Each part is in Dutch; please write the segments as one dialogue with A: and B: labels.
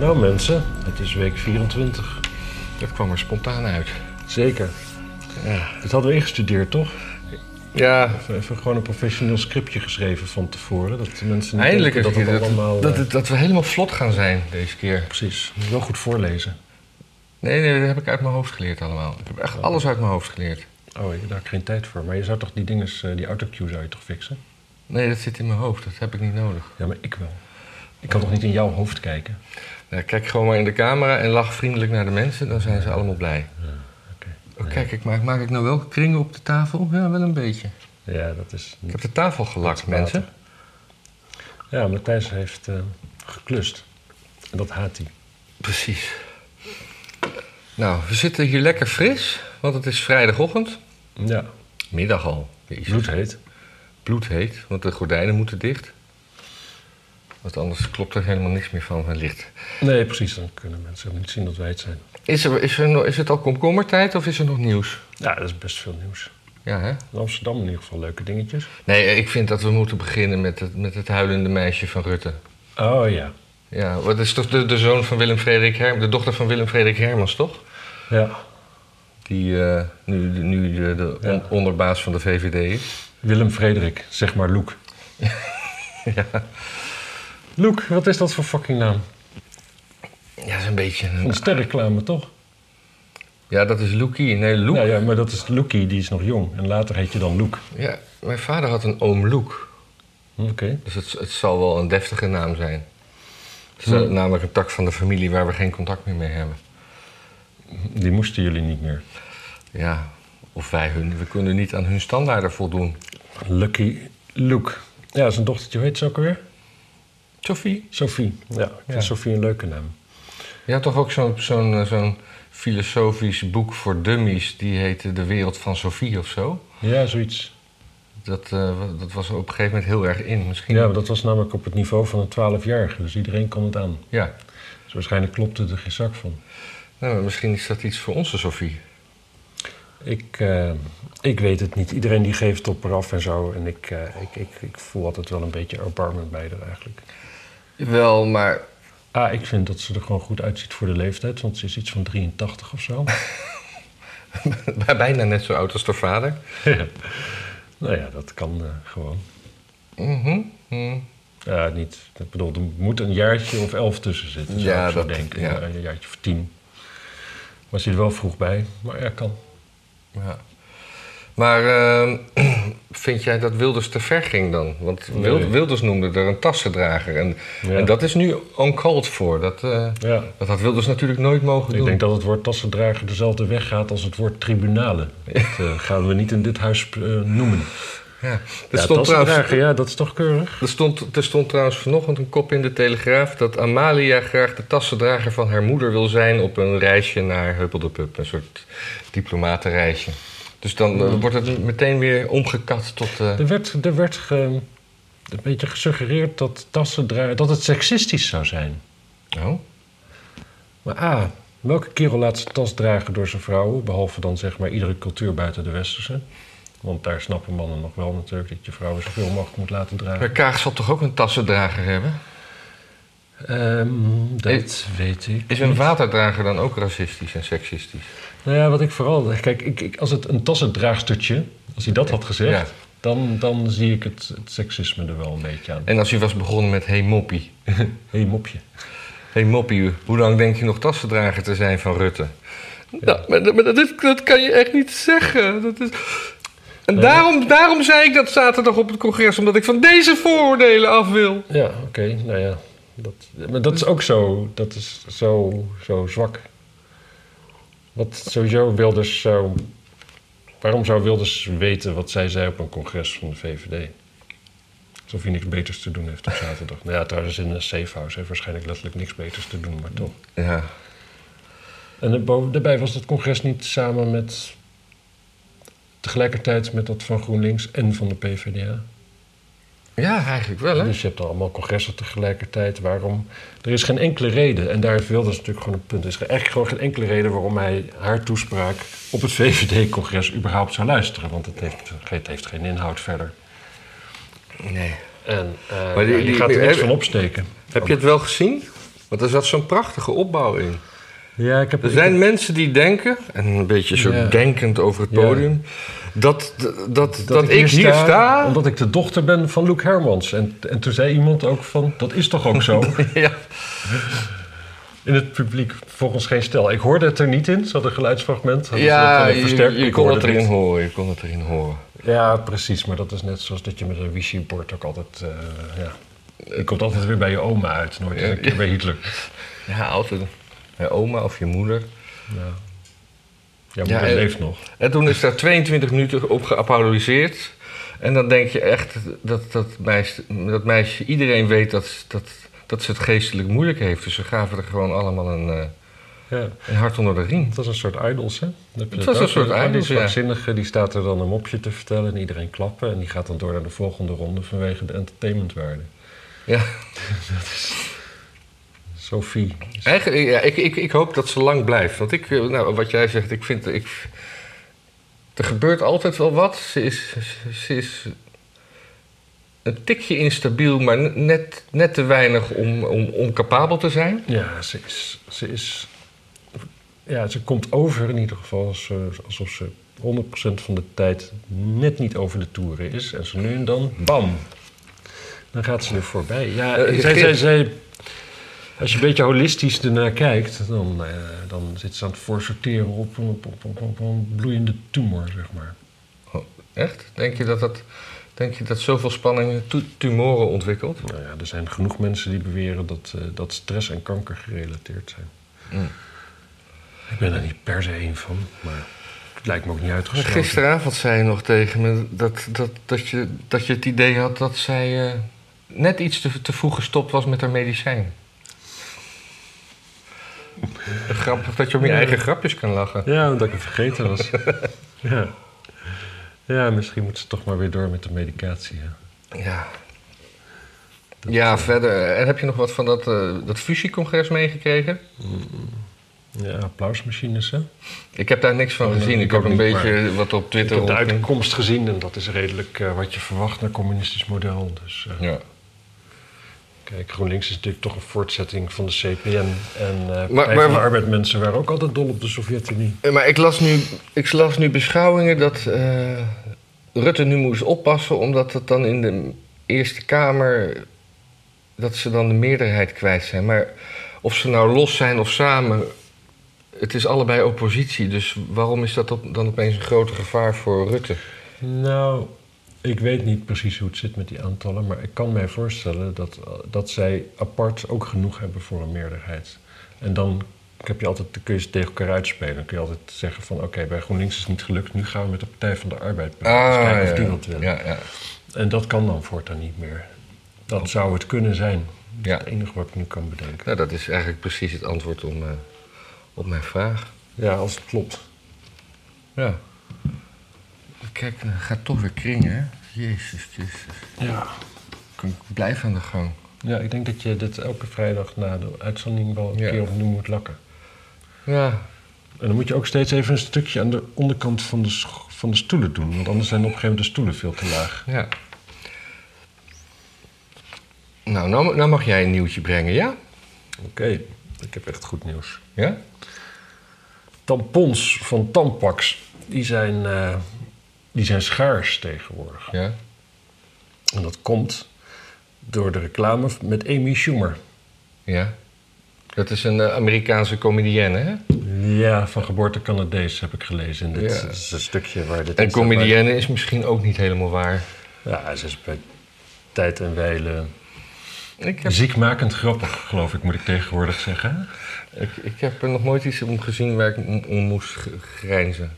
A: Nou mensen, het is week 24.
B: Dat kwam er spontaan uit.
A: Zeker.
B: Ja.
A: Dat hadden we ingestudeerd, toch?
B: Ja,
A: We hebben gewoon een professioneel scriptje geschreven van tevoren. Dat de mensen niet
B: eindelijk
A: denken
B: een keer
A: dat
B: dat,
A: het allemaal...
B: dat,
A: eh,
B: dat, dat we helemaal vlot gaan zijn deze keer.
A: Precies. Moet je wel goed voorlezen.
B: Nee, nee, dat heb ik uit mijn hoofd geleerd allemaal. Ik heb echt alles uit mijn hoofd geleerd.
A: Oh, daar heb ik geen tijd voor. Maar je zou toch die dinges, eh, die autocue zou je toch fixen?
B: Nee, dat zit in mijn hoofd. Dat heb ik niet nodig.
A: Ja, maar ik wel. Ik kan toch niet in jouw hoofd kijken?
B: Nou, kijk gewoon maar in de camera en lach vriendelijk naar de mensen. Dan zijn ze allemaal blij.
A: Oké.
B: Oh, kijk, ik maak, maak ik nou wel kringen op de tafel? Ja, wel een beetje.
A: Ja, dat is...
B: Ik heb de tafel gelakt,
A: Water.
B: mensen.
A: Ja, Matthijs heeft eh, geklust. En dat haat hij.
B: Precies. Nou, we zitten hier lekker fris, want het is vrijdagochtend.
A: Ja,
B: Middag al. Jezus.
A: bloedheet.
B: bloedheet, want de gordijnen moeten dicht. Want anders klopt er helemaal niks meer van het licht.
A: Nee, precies. Dan kunnen mensen ook niet zien dat wij het zijn.
B: Is, er, is, er, no- is het al komkommertijd of is er nog nieuws?
A: Ja, dat is best veel nieuws.
B: Ja, hè?
A: In Amsterdam in ieder geval leuke dingetjes.
B: Nee, ik vind dat we moeten beginnen met het, met het huilende meisje van Rutte.
A: Oh ja.
B: Ja, wat is toch de, de zoon van Willem Frederik Hermans, de dochter van Willem Frederik Hermans, toch?
A: Ja.
B: Die eh, nu, de- nu de, de on-
A: Ja.
B: onderbaas van de VVD is.
A: Willem Frederik, zeg maar Loek.
B: ja,
A: Loek, wat is dat voor fucking naam?
B: ja, dat is een beetje
A: Een
B: een...
A: sterreclame, toch?
B: Ja, dat is Loekie. Nee, Loek.
A: Nou ja, maar dat is Loekie, die is nog jong. En later heet je dan Loek.
B: Ja, mijn vader had een oom Loek.
A: Hm, Oké.
B: Dus het, het zal wel een deftige naam zijn. Het is eh, namelijk een tak van de familie waar we geen contact meer mee hebben.
A: Die moesten jullie niet meer.
B: Ja, of wij hun. We kunnen niet aan hun standaarden voldoen.
A: Lucky Loek. Ja, zijn dochtertje, hoe heet ze ook alweer?
B: Sophie?
A: Sophie. Ja, ik vind
B: Ja.
A: Sophie een leuke naam.
B: Je had toch ook zo'n zo'n eh, zo'n filosofisch boek voor dummies... die heette De Wereld van Sophie of zo?
A: Ja, zoiets.
B: Dat, eh, wa- dat was er op een gegeven moment heel erg in. Misschien...
A: Ja, maar dat was namelijk op het niveau van een 12-jarige, dus iedereen kon het aan.
B: ja.
A: Dus waarschijnlijk klopte er geen zak van.
B: Nou, maar misschien is dat iets voor onze Sophie.
A: Ik, eh, ik weet het niet. Iedereen die geeft op eraf en zo. En ik, eh, ik, ik, ik voel altijd wel een beetje erbarmen bij haar eigenlijk.
B: Wel, maar...
A: Ah, ik vind dat ze er gewoon goed uitziet voor de leeftijd, want ze is iets van 83 of zo.
B: Bijna net zo oud als de vader.
A: nou ja, dat kan eh, gewoon.
B: Mhm. mhm.
A: Ja, niet. Ik bedoel, er moet een jaartje of elf tussen zitten. Zou
B: Ja,
A: ik zo
B: dat-
A: denken.
B: ja.
A: Een jaartje of tien. Maar ze zit er wel vroeg bij. Maar ja, kan.
B: Ja. Maar ehm, vind jij dat Wilders te ver ging dan? Want Wild-
A: Nee.
B: Wilders noemde er een tassendrager. En,
A: Ja.
B: en dat is nu uncalled for. Dat, eh,
A: Ja.
B: dat had Wilders natuurlijk nooit mogen
A: Ik
B: doen.
A: denk dat het woord tassendrager dezelfde weg gaat als het woord tribunalen. Dat eh, gaan we niet in dit huis eh, noemen.
B: ja. Er,
A: Ja,
B: stond trouwens,
A: tassendrager, ja, dat is toch keurig?
B: er, stond, er stond trouwens vanochtend een kop in de Telegraaf... dat Amalia graag de tassendrager van haar moeder wil zijn... op een reisje naar Huppeldepup. Een soort diplomatenreisje. Dus dan eh, wordt het meteen weer omgekat tot... eh,
A: Er werd, er werd ge- een beetje gesuggereerd dat tassendrager... dat het seksistisch zou zijn.
B: oh,
A: Maar A, welke kerel laat zijn tas dragen door zijn vrouwen? Behalve dan zeg maar iedere cultuur buiten de westerse. Want daar snappen mannen nog wel natuurlijk dat je vrouwen zoveel mogelijk moet laten
B: maar
A: dragen.
B: Kaag zal toch ook een tassendrager hebben?
A: Ehm, dat
B: Is-
A: weet ik.
B: Is een waterdrager dan ook racistisch en seksistisch?
A: Nou ja, wat ik vooral... Kijk, ik, ik, als het een tassendraagstertje, als hij dat had gezegd...
B: Ja.
A: Dan, dan zie ik het, het seksisme er wel een beetje aan.
B: En als u was begonnen met hey moppie.
A: Hé, hey, mopje.
B: Hey moppie, hoe lang denk je nog tassendrager te zijn van Rutte? Nou, maar, dat- maar dat, dat kan je echt niet zeggen. Dat is... En daarom, daarom zei ik dat zaterdag op het congres, omdat ik van deze vooroordelen af wil.
A: Ja, oké. Nou ja, dat, maar dat is ook zo, dat is zo, zo zwak. Wat sowieso Wilders zou... Waarom zou Wilders weten wat zij zei op een congres van de VVD? Alsof hij niks beters te doen heeft op zaterdag. Nou ja, trouwens in een safehouse heeft waarschijnlijk letterlijk niks beters te doen, maar toch.
B: Ja,
A: En er boven- daarbij was dat congres niet samen met... tegelijkertijd met dat van GroenLinks en van de PvdA.
B: ja eigenlijk wel, hè?
A: Dus je hebt dan allemaal congressen tegelijkertijd. Waarom? Er is geen enkele reden. En daar heeft Wilders natuurlijk gewoon een punt. Er is echt gewoon geen enkele reden waarom hij haar toespraak op het VVD-congres überhaupt zou luisteren. Want het heeft, het heeft geen inhoud verder.
B: Nee.
A: En eh,
B: Maar die-
A: ja, je
B: die-
A: gaat er
B: die-
A: niks
B: heb-
A: van opsteken.
B: Heb je het wel gezien? Want er zat zo'n prachtige opbouw in.
A: Ja, ik heb,
B: Er zijn mensen die denken, en een beetje zo
A: Ja.
B: denkend over het
A: Ja.
B: podium, dat, dat, dat,
A: dat,
B: ik hier sta.
A: Omdat ik de dochter ben van Luc Hermans. En, en toen zei iemand ook van, dat is toch ook zo?
B: ja.
A: in het publiek volgens geen stel. Ik hoorde het er niet in, zat een geluidsfragment. hadden ze dat
B: Ja,
A: dan
B: je,
A: eh, versterkt?
B: je
A: Ik
B: kon
A: hoorde
B: het erin
A: niet.
B: horen. Je kon het erin horen.
A: Ja, precies. Maar dat is net zoals dat je met een wifi-bord ook altijd... eh, ja. Je komt altijd weer bij je oma uit, nooit eens een keer bij Hitler.
B: Ja, altijd. Je oma of je moeder.
A: Ja, ja
B: Ja,
A: moeder
B: eh,
A: leeft nog.
B: En toen is daar 22 minuten op geapologiseerd. En dan denk je echt dat dat meisje, dat meisje iedereen weet dat, dat, dat ze het geestelijk moeilijk heeft. Dus ze gaven er gewoon allemaal een, eh,
A: Ja.
B: een hart onder de riem.
A: Het was een soort idols, hè? Dan heb je dat
B: Het was
A: ook.
B: een soort
A: Die- die
B: idols, ja.
A: zwakzinnige, die staat er dan een mopje te vertellen en iedereen klappen. En die gaat dan door naar de volgende ronde vanwege de entertainmentwaarde.
B: Ja.
A: Sophie.
B: Eigenlijk, ja, ik, ik, ik hoop dat ze lang blijft. Want ik, eh, nou, wat jij zegt, ik vind. Ik, er gebeurt altijd wel wat. Ze is, ze- ze is een tikje instabiel, maar net, net te weinig om, om, om capabel te zijn.
A: Ja, ze is... Ze is ja, ze komt over in ieder geval als, eh, alsof ze 100% van de tijd net niet over de toeren is. En ze nu en dan, bam, dan gaat ze er voorbij. Ja,
B: Eh,
A: zij,
B: Geert-
A: zij, zij, als je een beetje holistisch ernaar kijkt, dan, eh, dan zit ze aan het voorsorteren op, een- op, op, op, op een bloeiende tumor, zeg maar.
B: Oh, echt? Denk je dat, dat, denk je dat zoveel spanning tu- tumoren ontwikkelt?
A: Nou ja, er zijn genoeg mensen die beweren dat, eh, dat stress en kanker gerelateerd zijn.
B: Mm.
A: Ik ben er niet per se één van, maar het lijkt me ook niet uitgesloten.
B: Gisteravond zei je nog tegen me dat, dat, dat, je, dat je het idee had dat zij eh, net iets te, te vroeg gestopt was met haar medicijn. Grappig dat je om je eigen grapjes kan lachen.
A: Ja, omdat ik het vergeten was. ja. ja, misschien moet ze toch maar weer door met de medicatie. Ja.
B: Ja. Ja, verder. En heb je nog wat van dat, eh, dat fusiecongres meegekregen?
A: Ja, applausmachines, hè?
B: Ik heb daar niks van
A: Oh, nee,
B: gezien.
A: ik
B: Ik heb
A: ook
B: een
A: niet,
B: beetje wat op
A: Ik
B: Twitter
A: heb de
B: rondging.
A: uitkomst gezien en dat is redelijk eh, wat je verwacht naar communistisch model. Dus eh,
B: Ja.
A: kijk, GroenLinks is natuurlijk toch een voortzetting van de CPN. En eh
B: maar-
A: Partij van de Arbeid mensen waren ook altijd dol op de Sovjet-Unie.
B: Eh, Maar ik las nu, ik las nu beschouwingen dat eh, Rutte nu moest oppassen, omdat dat dan in de Eerste Kamer. dat ze dan de meerderheid kwijt zijn. Maar of ze nou los zijn of samen. Het is allebei oppositie, dus waarom is dat op- dan opeens een groter gevaar voor Rutte?
A: Nou, ik weet niet precies hoe het zit met die aantallen, maar ik kan mij voorstellen dat, eh, dat zij apart ook genoeg hebben voor een meerderheid. En dan heb je altijd de keuze tegen elkaar uitspelen. Dan kun je altijd zeggen van oké, bij GroenLinks is het niet gelukt, nu gaan we met de Partij van de Arbeid praten. Dus kijken of die wat wil.
B: Ah, ja, ja,
A: En dat kan dan voortaan niet meer. Dat zou het kunnen zijn. Dat
B: ja.
A: is het enige wat ik nu kan bedenken.
B: Nou, dat is eigenlijk precies het antwoord om, eh, op mijn vraag.
A: Ja, als het klopt.
B: Ja. Kijk, het gaat toch weer kringen, hè? Jezus Christus.
A: Ja.
B: Ik blijf aan de gang.
A: ja, ik denk dat je dit elke vrijdag na de uitzending wel een
B: Ja.
A: keer opnieuw moet lakken.
B: Ja.
A: En dan moet je ook steeds even een stukje aan de onderkant van de, scho- van de stoelen doen. Want anders zijn op een gegeven moment de stoelen veel te laag.
B: ja. Nou, nou, nou mag jij een nieuwtje brengen, ja?
A: Oké, ik heb echt goed nieuws.
B: Ja?
A: Tampons van Tampax, die zijn, eh, die zijn schaars tegenwoordig.
B: Ja.
A: En dat komt door de reclame met Amy Schumer.
B: Ja. Dat is een eh, Amerikaanse comedienne, hè?
A: Ja, van geboorte Canadees heb ik gelezen. En dit
B: Ja.
A: dit is een stukje waar dit...
B: En comedienne is misschien ook niet helemaal waar.
A: Ja, ze is bij tijd en wijle...
B: Ik heb,
A: Ziekmakend grappig, geloof ik, moet ik tegenwoordig zeggen.
B: ik, ik heb er nog nooit iets om gezien waar ik om, om moest g- grijnzen.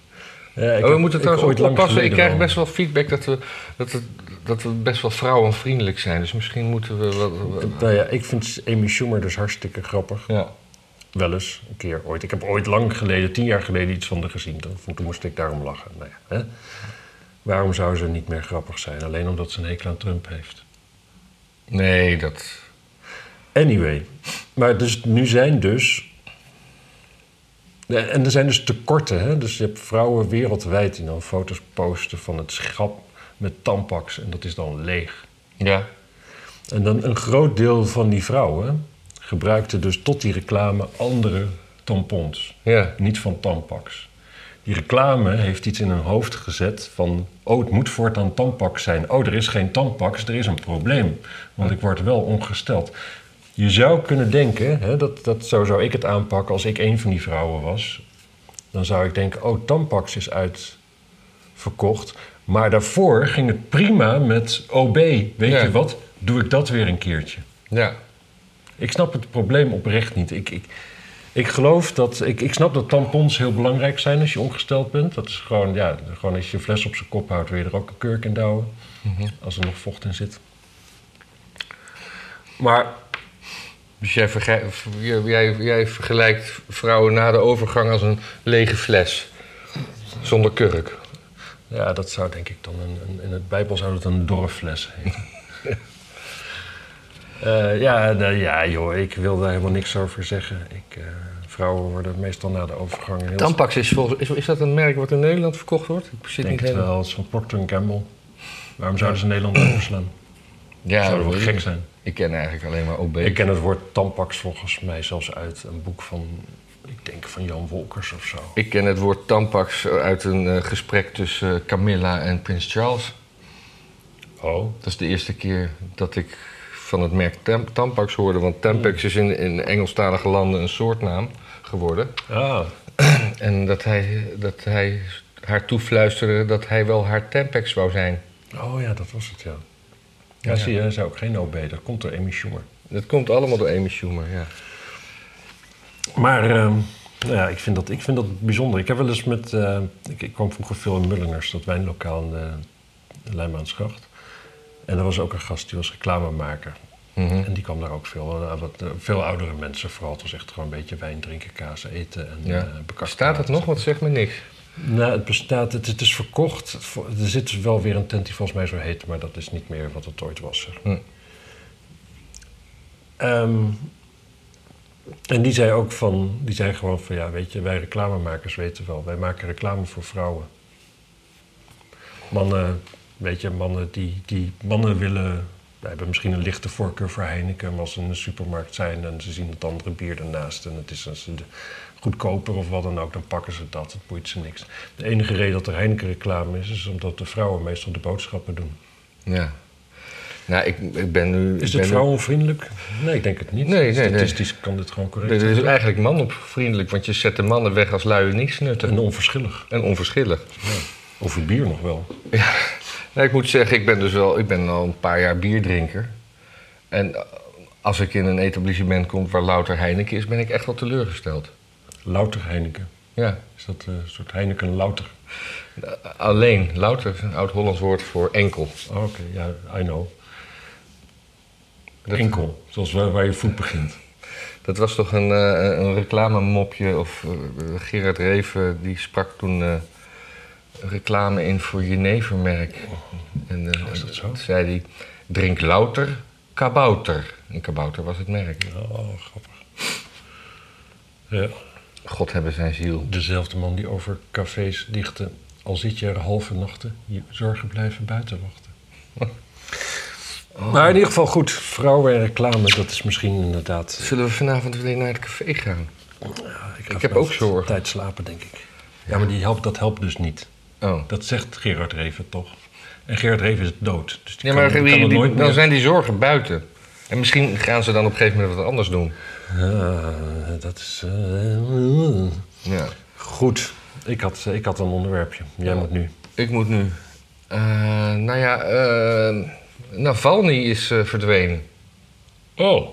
A: Ja, ik
B: Oh, we
A: heb-
B: moeten
A: ik
B: trouwens
A: ooit
B: ook
A: lang
B: oppassen. Ik
A: geleden
B: krijg
A: wel.
B: best wel feedback dat we, dat, we, dat we best wel vrouwenvriendelijk zijn. Dus misschien moeten we wat... wat-
A: Nou ja, ik vind Amy Schumer dus hartstikke grappig.
B: ja.
A: Wel eens, een keer ooit. Ik heb ooit lang geleden, tien jaar geleden, iets van haar gezien. Toen, toen moest ik daarom lachen. Nou ja, hè? Waarom zou ze niet meer grappig zijn? Alleen omdat ze een hekel aan Trump heeft.
B: Nee, dat...
A: Anyway, maar dus, nu zijn dus... Ja, En er zijn dus tekorten, hè? Dus je hebt vrouwen wereldwijd die dan foto's posten van het schap met tampax. En dat is dan leeg.
B: Ja.
A: En dan een groot deel van die vrouwen gebruikte dus tot die reclame andere tampons.
B: Ja.
A: Niet van Tampax. Die reclame heeft iets in hun hoofd gezet van... oh, het moet voortaan Tampax zijn. Oh, er is geen Tampax, er is een probleem. Want ik word wel ongesteld. Je zou kunnen denken, hè, dat, dat zo zou ik het aanpakken als ik een van die vrouwen was. Dan zou ik denken, oh, Tampax is uitverkocht. Maar daarvoor ging het prima met OB. Weet
B: Ja.
A: je wat, doe ik dat weer een keertje.
B: Ja.
A: Ik snap het probleem oprecht niet. Ik, ik, ik geloof dat. Ik, ik snap dat tampons heel belangrijk zijn als je ongesteld bent. Dat is gewoon, ja, gewoon als je een fles op zijn kop houdt, wil je er ook een kurk in douwen. Als er nog vocht in zit. Maar
B: Dus jij, verge- jij- jij, jij vergelijkt vrouwen na de overgang als een lege fles. Zonder kurk.
A: ja, dat zou denk ik dan. Een, een- in het Bijbel zou dat een dorffles heten. Eh, ja, nou ja, joh, ik wil daar helemaal niks over zeggen. Ik, eh, vrouwen worden meestal na de overgang heel
B: Tampax is volgens is, is dat een merk wat in Nederland verkocht wordt? Ik zit
A: Ik denk
B: niet
A: het
B: helemaal.
A: wel, het is van Procter Gamble. Waarom zouden ze Nederland overslaan?
B: Ja,
A: Zou wel
B: weet
A: gek
B: ik.
A: zijn.
B: Ik ken eigenlijk alleen maar OB.
A: Ik ken het woord tampax volgens mij zelfs uit een boek van, ik denk van Jan Wolkers of zo.
B: Ik ken het woord tampax uit een eh, gesprek tussen eh, Camilla en Prins Charles.
A: Oh.
B: Dat is de eerste keer dat ik van het merk Tam- Tampax hoorde. Want
A: Hmm.
B: Tampax is in, in Engelstalige landen een soortnaam geworden.
A: Ah,
B: En dat hij, dat hij haar toefluisterde dat hij wel haar Tampax zou zijn.
A: oh ja, dat was het, ja. Ja,
B: Ja.
A: zie je, hij zei ook geen OB, dat komt door Amy Schumer.
B: Dat komt allemaal door Amy Schumer, ja.
A: Maar ehm, nou ja, ik, vind dat, ik vind dat bijzonder. Ik heb wel eens met. eh, ik, ik kwam vroeger veel in Mullingers, dat wijnlokaal in de, de Leijmaansgracht. En er was ook een gast die was reclamemaker.
B: Mhm.
A: En die kwam daar ook veel. eh, wat, eh, veel oudere mensen vooral. Het was echt gewoon een beetje wijn drinken, kaas eten en
B: ja.
A: eh, bekakt
B: Staat het
A: maken.
B: nog? Wat zegt me niks.
A: Nou, het bestaat. Het, het is verkocht. Het vo- Er zit dus wel weer een tent die volgens mij zo heet, maar dat is niet meer wat het ooit was. Zeg.
B: Hm.
A: Ehm, en die zei ook van, die zei gewoon van, ja, weet je, wij reclamemakers weten wel, wij maken reclame voor vrouwen. Mannen, weet je, mannen die, die mannen willen, wij hebben misschien een lichte voorkeur voor Heineken, maar als ze in de supermarkt zijn en ze zien het andere bier ernaast en het is als ze de- goedkoper of wat dan ook, dan pakken ze dat, het boeit ze niks. De enige reden dat er Heineken reclame is, is omdat de vrouwen meestal de boodschappen doen.
B: Ja. Nou, ik, ik ben nu... ik
A: Is dit
B: ben nu-
A: vrouwenvriendelijk? Nee, ik denk het niet.
B: Nee, nee, nee.
A: Statistisch kan dit gewoon correct
B: Dit
A: zijn.
B: is eigenlijk manopvriendelijk, want je zet de mannen weg als luie niksnutten.
A: En onverschillig.
B: En onverschillig.
A: Over bier nog wel.
B: Ja. Nou, ik moet zeggen, ik ben dus wel, ik ben al een paar jaar bierdrinker. En eh, als ik in een etablissement kom waar louter Heineken is, ben ik echt wel teleurgesteld.
A: Louter Heineken.
B: Ja.
A: Is dat eh, een soort Heineken Louter?
B: Alleen, louter is een oud-Hollands woord voor enkel.
A: Oh, Oké, ja, I know.
B: Dat-
A: Enkel, zoals waar, waar je voet begint.
B: Dat was toch een, eh een reclamemopje, of eh, Gerard Reven, die sprak toen eh, reclame in voor Jenevermerk. En eh,
A: Oh, is dat zo?
B: zei hij, drink louter, kabouter. En kabouter was het merk.
A: Oh, grappig. Ja,
B: God hebben zijn ziel.
A: dezelfde man die over cafés dichtte. Al zit je er halve nachten, je zorgen blijven buiten wachten.
B: Oh.
A: Maar in ieder geval goed, vrouwen en reclame, dat is misschien inderdaad...
B: Zullen we vanavond weer naar het café gaan?
A: Ik,
B: heb ook zorgen.
A: zorg. tijd slapen, denk ik. Ja, maar die helpt, dat helpt dus niet.
B: Oh.
A: Dat zegt Gerard Reven toch? En Gerard Reven is dood. Dus die
B: Ja,
A: kan,
B: maar
A: die
B: die-
A: kan er
B: die-
A: nooit
B: dan
A: meer...
B: zijn die zorgen buiten. En misschien gaan ze dan op een gegeven moment wat anders doen.
A: Ah, dat is... eh,
B: Ja.
A: goed. Ik had, eh, ik had een onderwerpje. Jij moet nu.
B: Ik moet nu. Eh, nou ja, eh, Navalny is eh, verdwenen.
A: Oh.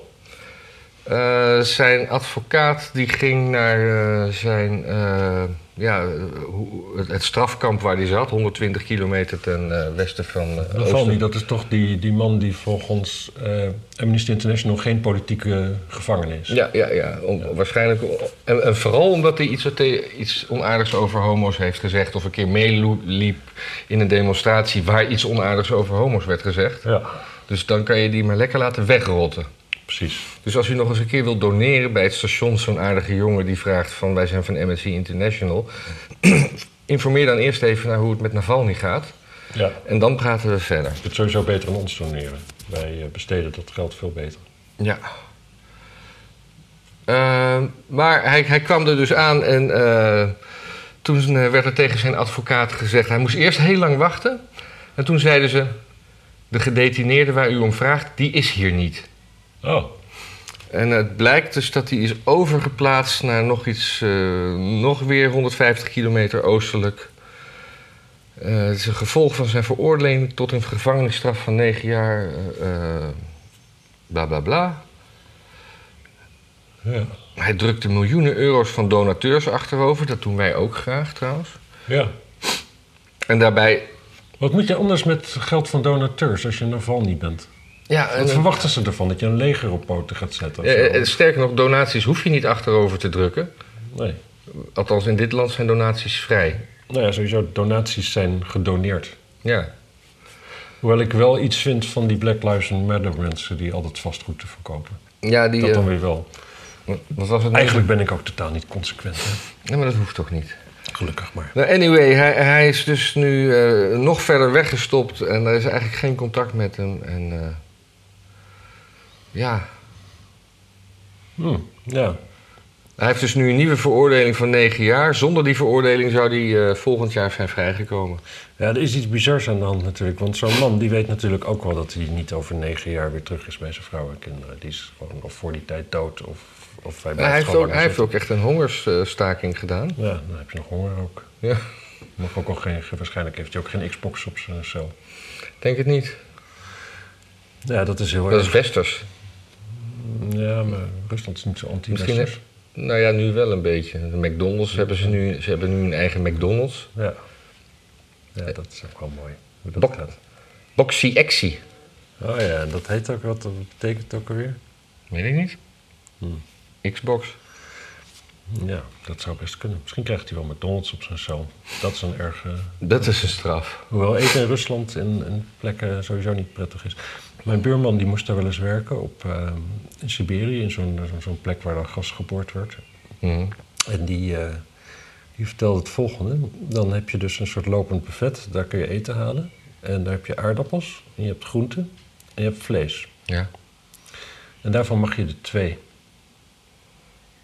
B: Eh, zijn advocaat die ging naar eh, zijn, eh, ja, eh, hoe- het, het strafkamp waar hij zat, 120 kilometer ten eh, westen van eh,
A: Navalny,
B: Oosten.
A: dat is toch die, die man die volgens eh, Amnesty International geen politieke gevangene is.
B: Ja, ja, ja. Om- Waarschijnlijk. En, en vooral omdat hij iets, wat hij- iets onaardigs over homo's heeft gezegd. Of een keer meeliep in een demonstratie waar iets onaardigs over homo's werd gezegd.
A: Ja,
B: Dus dan kan je die maar lekker laten wegrotten.
A: precies.
B: Dus als u nog eens een keer wilt doneren bij het station, zo'n aardige jongen die vraagt van wij zijn van MSC International. informeer dan eerst even naar hoe het met Navalny gaat.
A: Ja.
B: En dan praten we verder.
A: Je kunt sowieso beter aan ons doneren. Wij eh, besteden dat geld veel beter.
B: Ja. Eh, maar hij, hij kwam er dus aan en eh, toen eh, werd er tegen zijn advocaat gezegd... hij moest eerst heel lang wachten. En toen zeiden ze, de gedetineerde waar u om vraagt, die is hier niet.
A: Oh,
B: En het blijkt dus dat hij is overgeplaatst naar nog iets, eh, nog weer 150 kilometer oostelijk. Eh, het is een gevolg van zijn veroordeling tot een gevangenisstraf van 9 jaar. eh, eh, bla bla bla.
A: ja.
B: Hij drukte miljoenen euro's van donateurs achterover. Dat doen wij ook graag trouwens.
A: ja.
B: En daarbij.
A: Wat moet je anders met geld van donateurs als je een Naval niet bent?
B: Ja,
A: Wat
B: en-
A: verwachten ze ervan? Dat je een leger op poten gaat zetten? of
B: eh, eh,
A: zo?
B: sterker nog, donaties hoef je niet achterover te drukken.
A: nee.
B: Althans, in dit land zijn donaties vrij.
A: Nou ja, sowieso donaties zijn gedoneerd.
B: Ja.
A: Hoewel ik wel iets vind van die Black Lives Matter mensen die altijd vastgoed te verkopen.
B: Ja, die.
A: Dat dan
B: eh,
A: weer wel.
B: wat was het? nou?
A: Eigenlijk ben ik ook totaal niet consequent. Hè?
B: Nee, maar dat hoeft toch niet?
A: Gelukkig maar.
B: Nou, anyway, hij, hij is dus nu eh, nog verder weggestopt en er is eigenlijk geen contact met hem. En eh, ja,
A: Hm, ja.
B: hij heeft dus nu een nieuwe veroordeling van negen jaar. Zonder die veroordeling zou hij eh, volgend jaar zijn vrijgekomen.
A: ja, er is iets bizars aan de hand natuurlijk. Want zo'n man die weet natuurlijk ook wel dat hij niet over negen jaar weer terug is bij zijn vrouw en kinderen. Die is gewoon of voor die tijd dood of, of hij
B: Nou,
A: blijft
B: hij heeft,
A: gewoon
B: ook, hij heeft
A: langer
B: ook echt een hongersstaking gedaan.
A: zitten. Ja, dan heb je nog honger ook.
B: Ja,
A: Mag ook al geen, waarschijnlijk heeft hij ook geen Xbox op zijn cel.
B: denk het niet.
A: Ja, dat is heel
B: Dat is
A: erg.
B: westers.
A: Ja, maar Rusland is niet zo anti
B: Misschien heb, nou ja, nu wel een beetje. De McDonald's hebben ze nu, ze hebben nu een eigen McDonald's.
A: Ja. Eh, ja, dat is ook wel mooi hoe dat
B: Bok-
A: gaat.
B: Boxy Exy.
A: Oh ja, en dat heet ook wat, dat betekent ook alweer?
B: Weet ik niet. Hmm. Xbox.
A: Ja, dat zou best kunnen. Misschien krijgt hij wel McDonald's op zijn cel. Dat is een erg... eh,
B: Dat is een straf.
A: hoewel eten in Rusland in, in plekken sowieso niet prettig is. Mijn buurman die moest daar wel eens werken op, eh, in Siberië, in zo'n zo'n- zo'n plek waar dan gas geboord wordt.
B: Mhm.
A: En die, eh, die vertelde het volgende. Dan heb je dus een soort lopend buffet. Daar kun je eten halen. En daar heb je aardappels. En je hebt groenten. En je hebt vlees.
B: Ja.
A: En daarvan mag je er twee.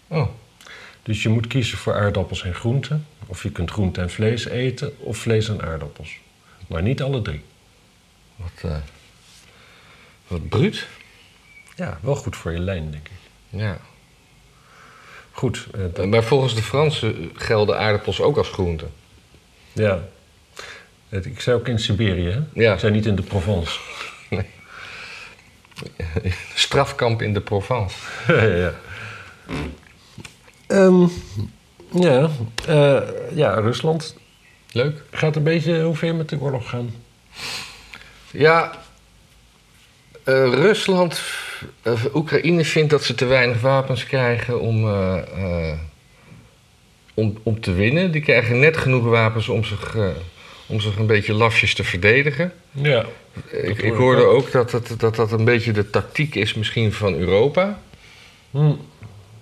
B: Oh.
A: Dus je moet kiezen voor aardappels en groenten. Of je kunt groenten en vlees eten. Of vlees en aardappels. Maar niet alle drie.
B: Wat, eh wat bruut.
A: Ja, wel goed voor je lijn, denk ik.
B: Ja.
A: Goed. eh, dat-
B: Maar volgens de Fransen gelden aardappels ook als groente.
A: ja. Het- Ik zei ook in Siberië, hè?
B: Ja.
A: Ik zei niet in de Provence.
B: Strafkamp in de Provence.
A: ja, ja. Ehm, ja, eh, ja, Rusland
B: Leuk.
A: gaat een beetje hoe ver met de oorlog gaan.
B: Ja. eh, Rusland, eh, Oekraïne vindt dat ze te weinig wapens krijgen om, eh, eh, om, om te winnen. Die krijgen net genoeg wapens om zich, eh, om zich een beetje lafjes te verdedigen.
A: Ja.
B: Ik,
A: hoor
B: ik
A: ik
B: hoorde
A: ook.
B: ook dat dat, dat dat een beetje de tactiek is misschien van Europa.
A: de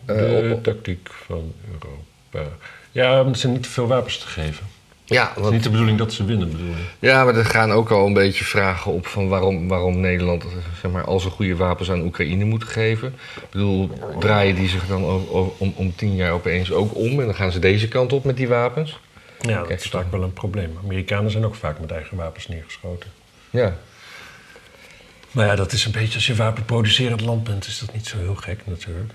B: Eh, op-
A: Hmm. tactiek van Europa. Ja, om ze niet te veel wapens te geven.
B: Ja,
A: Het is
B: want
A: niet de bedoeling dat ze winnen, bedoel ik.
B: Ja, maar er gaan ook al een beetje vragen op van waarom, waarom Nederland zeg maar, al zijn goede wapens aan Oekraïne moet geven. Ik bedoel, draaien die zich dan o- o- om, om tien jaar opeens ook om en dan gaan ze deze kant op met die wapens?
A: Ja, dat
B: Kijk,
A: is vaak wel een probleem. Amerikanen zijn ook vaak met eigen wapens neergeschoten.
B: Ja.
A: Maar ja, dat is een beetje als je wapenproducerend land bent, is dat niet zo heel gek natuurlijk.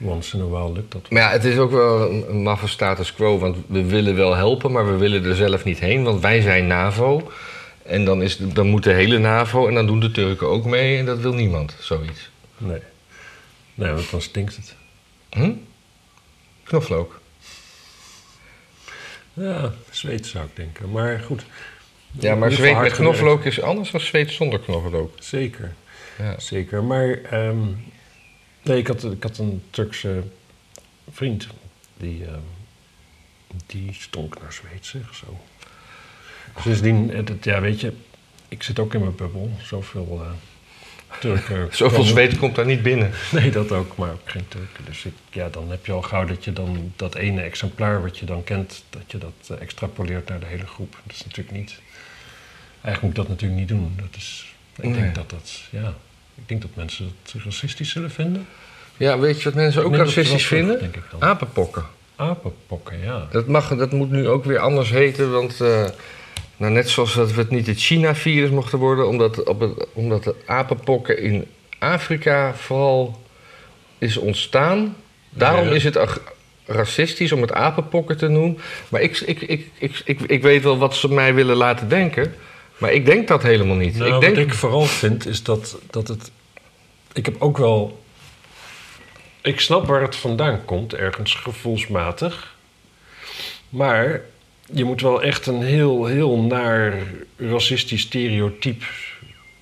A: Once in a while lukt dat.
B: Maar ja, het is ook wel een, een maffe status quo, want we willen wel helpen, maar we willen er zelf niet heen, want wij zijn NAVO. En dan, is, de- dan moet de hele NAVO en dan doen de Turken ook mee en dat wil niemand, zoiets.
A: Nee. Nee, want dan stinkt het.
B: Hm? Knoflook.
A: Ja, zweet zou ik denken. Maar goed.
B: Ja,
A: In ieder geval
B: maar zweet
A: hard
B: met
A: gewerkt.
B: knoflook is anders dan zweet zonder knoflook.
A: Zeker,
B: Ja.
A: zeker. Maar ehm, nee, ik had, ik had een Turkse vriend. Die, ehm, die stonk naar Zweeds, zeg zo. Sindsdien, het, het- ja, weet je, ik zit ook in mijn bubbel. Zoveel eh, Turken.
B: Zoveel
A: komen-
B: zweet komt daar niet binnen.
A: Nee, dat ook, maar ook geen Turken. Dus ik, ja, dan heb je al gauw dat je dan dat ene exemplaar wat je dan kent, dat je dat eh, extrapoleert naar de hele groep. Dat is natuurlijk niet. Eigenlijk moet ik dat natuurlijk niet doen. Dat is, ik
B: Nee.
A: denk dat dat, ja, ik denk dat mensen dat racistisch zullen vinden.
B: Ja, weet je wat mensen ook
A: Minder op de
B: racistisch
A: washoef,
B: vinden? Ah.
A: denk ik dan.
B: Apenpokken.
A: Apenpokken, ja.
B: Dat, mag, dat moet nu ook weer anders heten, want eh, nou, net zoals dat we het niet het China-virus mochten worden, omdat, op het, omdat de apenpokken in Afrika vooral is ontstaan. Daarom
A: Ja.
B: is het ag- racistisch om het apenpokken te noemen. Maar ik, ik, ik, ik, ik, ik weet wel wat ze mij willen laten denken, maar ik denk dat helemaal niet.
A: Nou,
B: ik denk,
A: Wat ik vooral vind is dat, dat het. Ik heb ook wel. Ik snap waar het vandaan komt, ergens gevoelsmatig. Maar je moet wel echt een heel, heel naar racistisch stereotype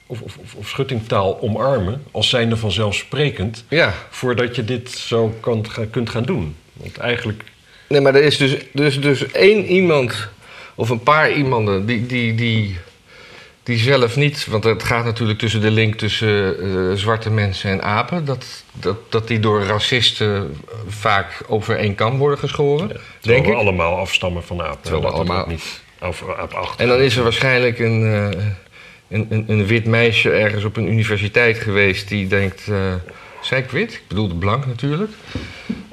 A: of, of, of, of schuttingtaal omarmen, als zijnde vanzelfsprekend,
B: Ja,
A: voordat je dit zo kan, ga- kunt gaan doen. Want eigenlijk.
B: nee, maar er is dus, dus, dus één iemand, of een paar iemanden, die... die, die Die zelf niet, want het gaat natuurlijk tussen de link tussen eh, zwarte mensen en apen. Dat, dat, dat die door racisten vaak over één kam worden geschoren.
A: terwijl
B: denk
A: we
B: ik.
A: allemaal afstammen van apen.
B: Terwijl we
A: Laten dat
B: allemaal-
A: niet. Of aapachtig.
B: En dan is er waarschijnlijk een, eh, een, een, een wit meisje ergens op een universiteit geweest die denkt. eh zei ik wit? Ik bedoelde blank natuurlijk.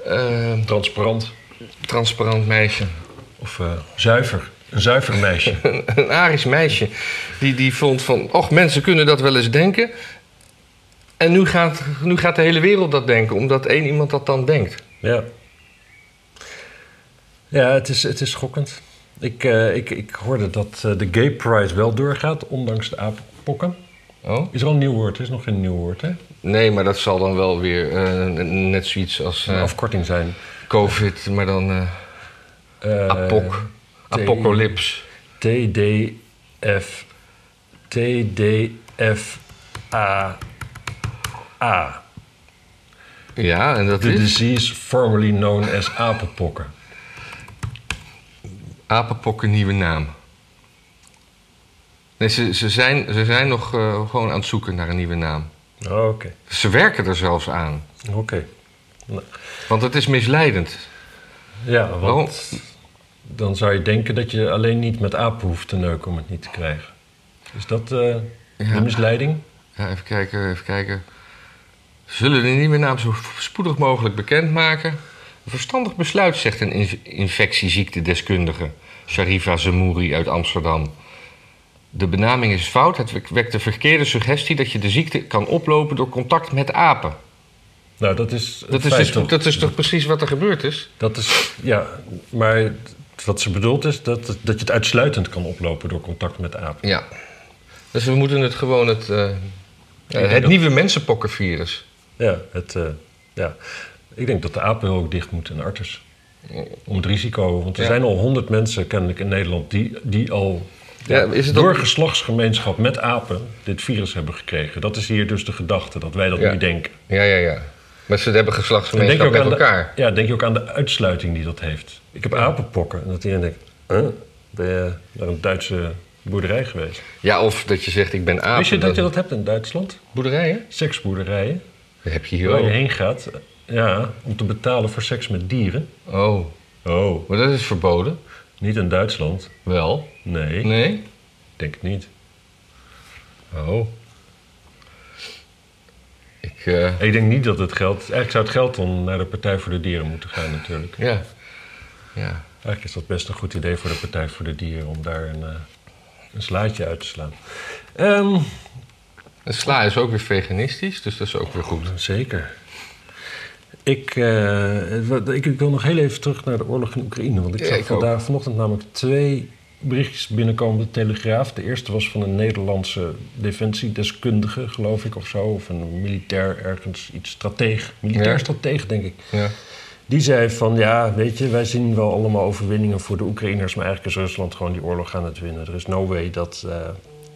B: Eh,
A: transparant.
B: transparant meisje.
A: Of eh, zuiver. Een zuiver meisje.
B: een Arisch meisje. Die, die vond van, och, mensen kunnen dat wel eens denken. En nu gaat, nu gaat de hele wereld dat denken, omdat één iemand dat dan denkt.
A: ja. Ja, het is, het is schokkend. Ik, eh, ik, ik hoorde dat eh, de Gay Pride wel doorgaat, ondanks de apenpokken.
B: Oh?
A: Is er al een nieuw woord? Er is nog geen nieuw woord, hè?
B: Nee, maar dat zal dan wel weer eh, net zoiets als
A: Een
B: eh,
A: afkorting zijn.
B: COVID, maar dan eh,
A: Eh,
B: apok. Apocalyps.
A: TDF. TDFAA.
B: Ja, en dat
A: The
B: is
A: disease formerly known as apenpokken.
B: apenpokken nieuwe naam. Nee, ze, ze, zijn, ze zijn nog eh, gewoon aan het zoeken naar een nieuwe naam.
A: Oh, Oké.
B: Ze werken er zelfs aan,
A: Oké.
B: want het is misleidend.
A: Ja, want
B: Waarom?
A: dan zou je denken dat je alleen niet met apen hoeft te neuken om het niet te krijgen. Is dat eh
B: Ja.
A: de misleiding?
B: Ja, even kijken, even kijken. Zullen de nieuwe naam zo spoedig mogelijk bekendmaken? Een verstandig besluit, zegt een in- infectieziektedeskundige, Sharifa Zemouri uit Amsterdam. De benaming is fout. Het wekt de verkeerde suggestie dat je de ziekte kan oplopen door contact met apen.
A: Nou, dat is het
B: Dat is,
A: feit
B: dus,
A: toch?
B: dat is toch precies wat er gebeurd is?
A: Dat is, ja, maar wat ze bedoelt is dat, dat je het uitsluitend kan oplopen door contact met apen.
B: Ja. Dus we moeten het gewoon het, eh,
A: denk
B: het
A: dat-
B: nieuwe mensenpokkenvirus.
A: Ja, het, eh, ja. ik denk dat de apen ook dicht moeten en arters. Om het risico, want er
B: Ja.
A: zijn al honderd mensen kennelijk in Nederland die, die al
B: Ja, is het dan-
A: door geslachtsgemeenschap met apen dit virus hebben gekregen. Dat is hier dus de gedachte, dat wij dat
B: Ja.
A: nu denken.
B: Ja, ja, ja. Maar ze hebben
A: En
B: geslachtsgemeenschap met
A: aan
B: elkaar.
A: De, ja, denk je ook aan de uitsluiting die dat heeft. Ik heb apenpokken en dat iedereen denkt, huh? ben je naar een Duitse boerderij geweest?
B: Ja, of dat je zegt ik ben aap.
A: Wist je dat je
B: dan-
A: dat hebt in Duitsland?
B: Boerderijen?
A: Seksboerderijen,
B: Dat heb je hier
A: waar je
B: ook.
A: heen gaat ja, om te betalen voor seks met dieren.
B: Oh,
A: Oh,
B: maar dat is verboden.
A: niet in Duitsland.
B: Wel?
A: Nee,
B: Nee?
A: ik denk het niet.
B: Oh. Ik, eh,
A: Ik denk niet dat het geld... Eigenlijk zou het geld dan naar de Partij voor de Dieren moeten gaan natuurlijk.
B: ja. Ja.
A: Eigenlijk is dat best een goed idee voor de Partij voor de Dieren... om daar een, eh, een slaatje uit te slaan. Ehm,
B: En sla is ook weer veganistisch, dus dat is ook weer goed.
A: Zeker. Ik, eh, wat- ik, ik wil nog heel even terug naar de oorlog in Oekraïne. Want ik
B: Ja,
A: zag
B: ik
A: vandaag vanochtend namelijk twee berichtjes binnenkomen op de Telegraaf. De eerste was van een Nederlandse defensiedeskundige, geloof ik, of zo. Of een militair ergens, iets strateeg. Militair
B: Ja.
A: strateeg, denk ik.
B: Ja.
A: Die zei van, ja, weet je, wij zien wel allemaal overwinningen voor de Oekraïners... maar eigenlijk is Rusland gewoon die oorlog aan het winnen. Er is no way dat, eh,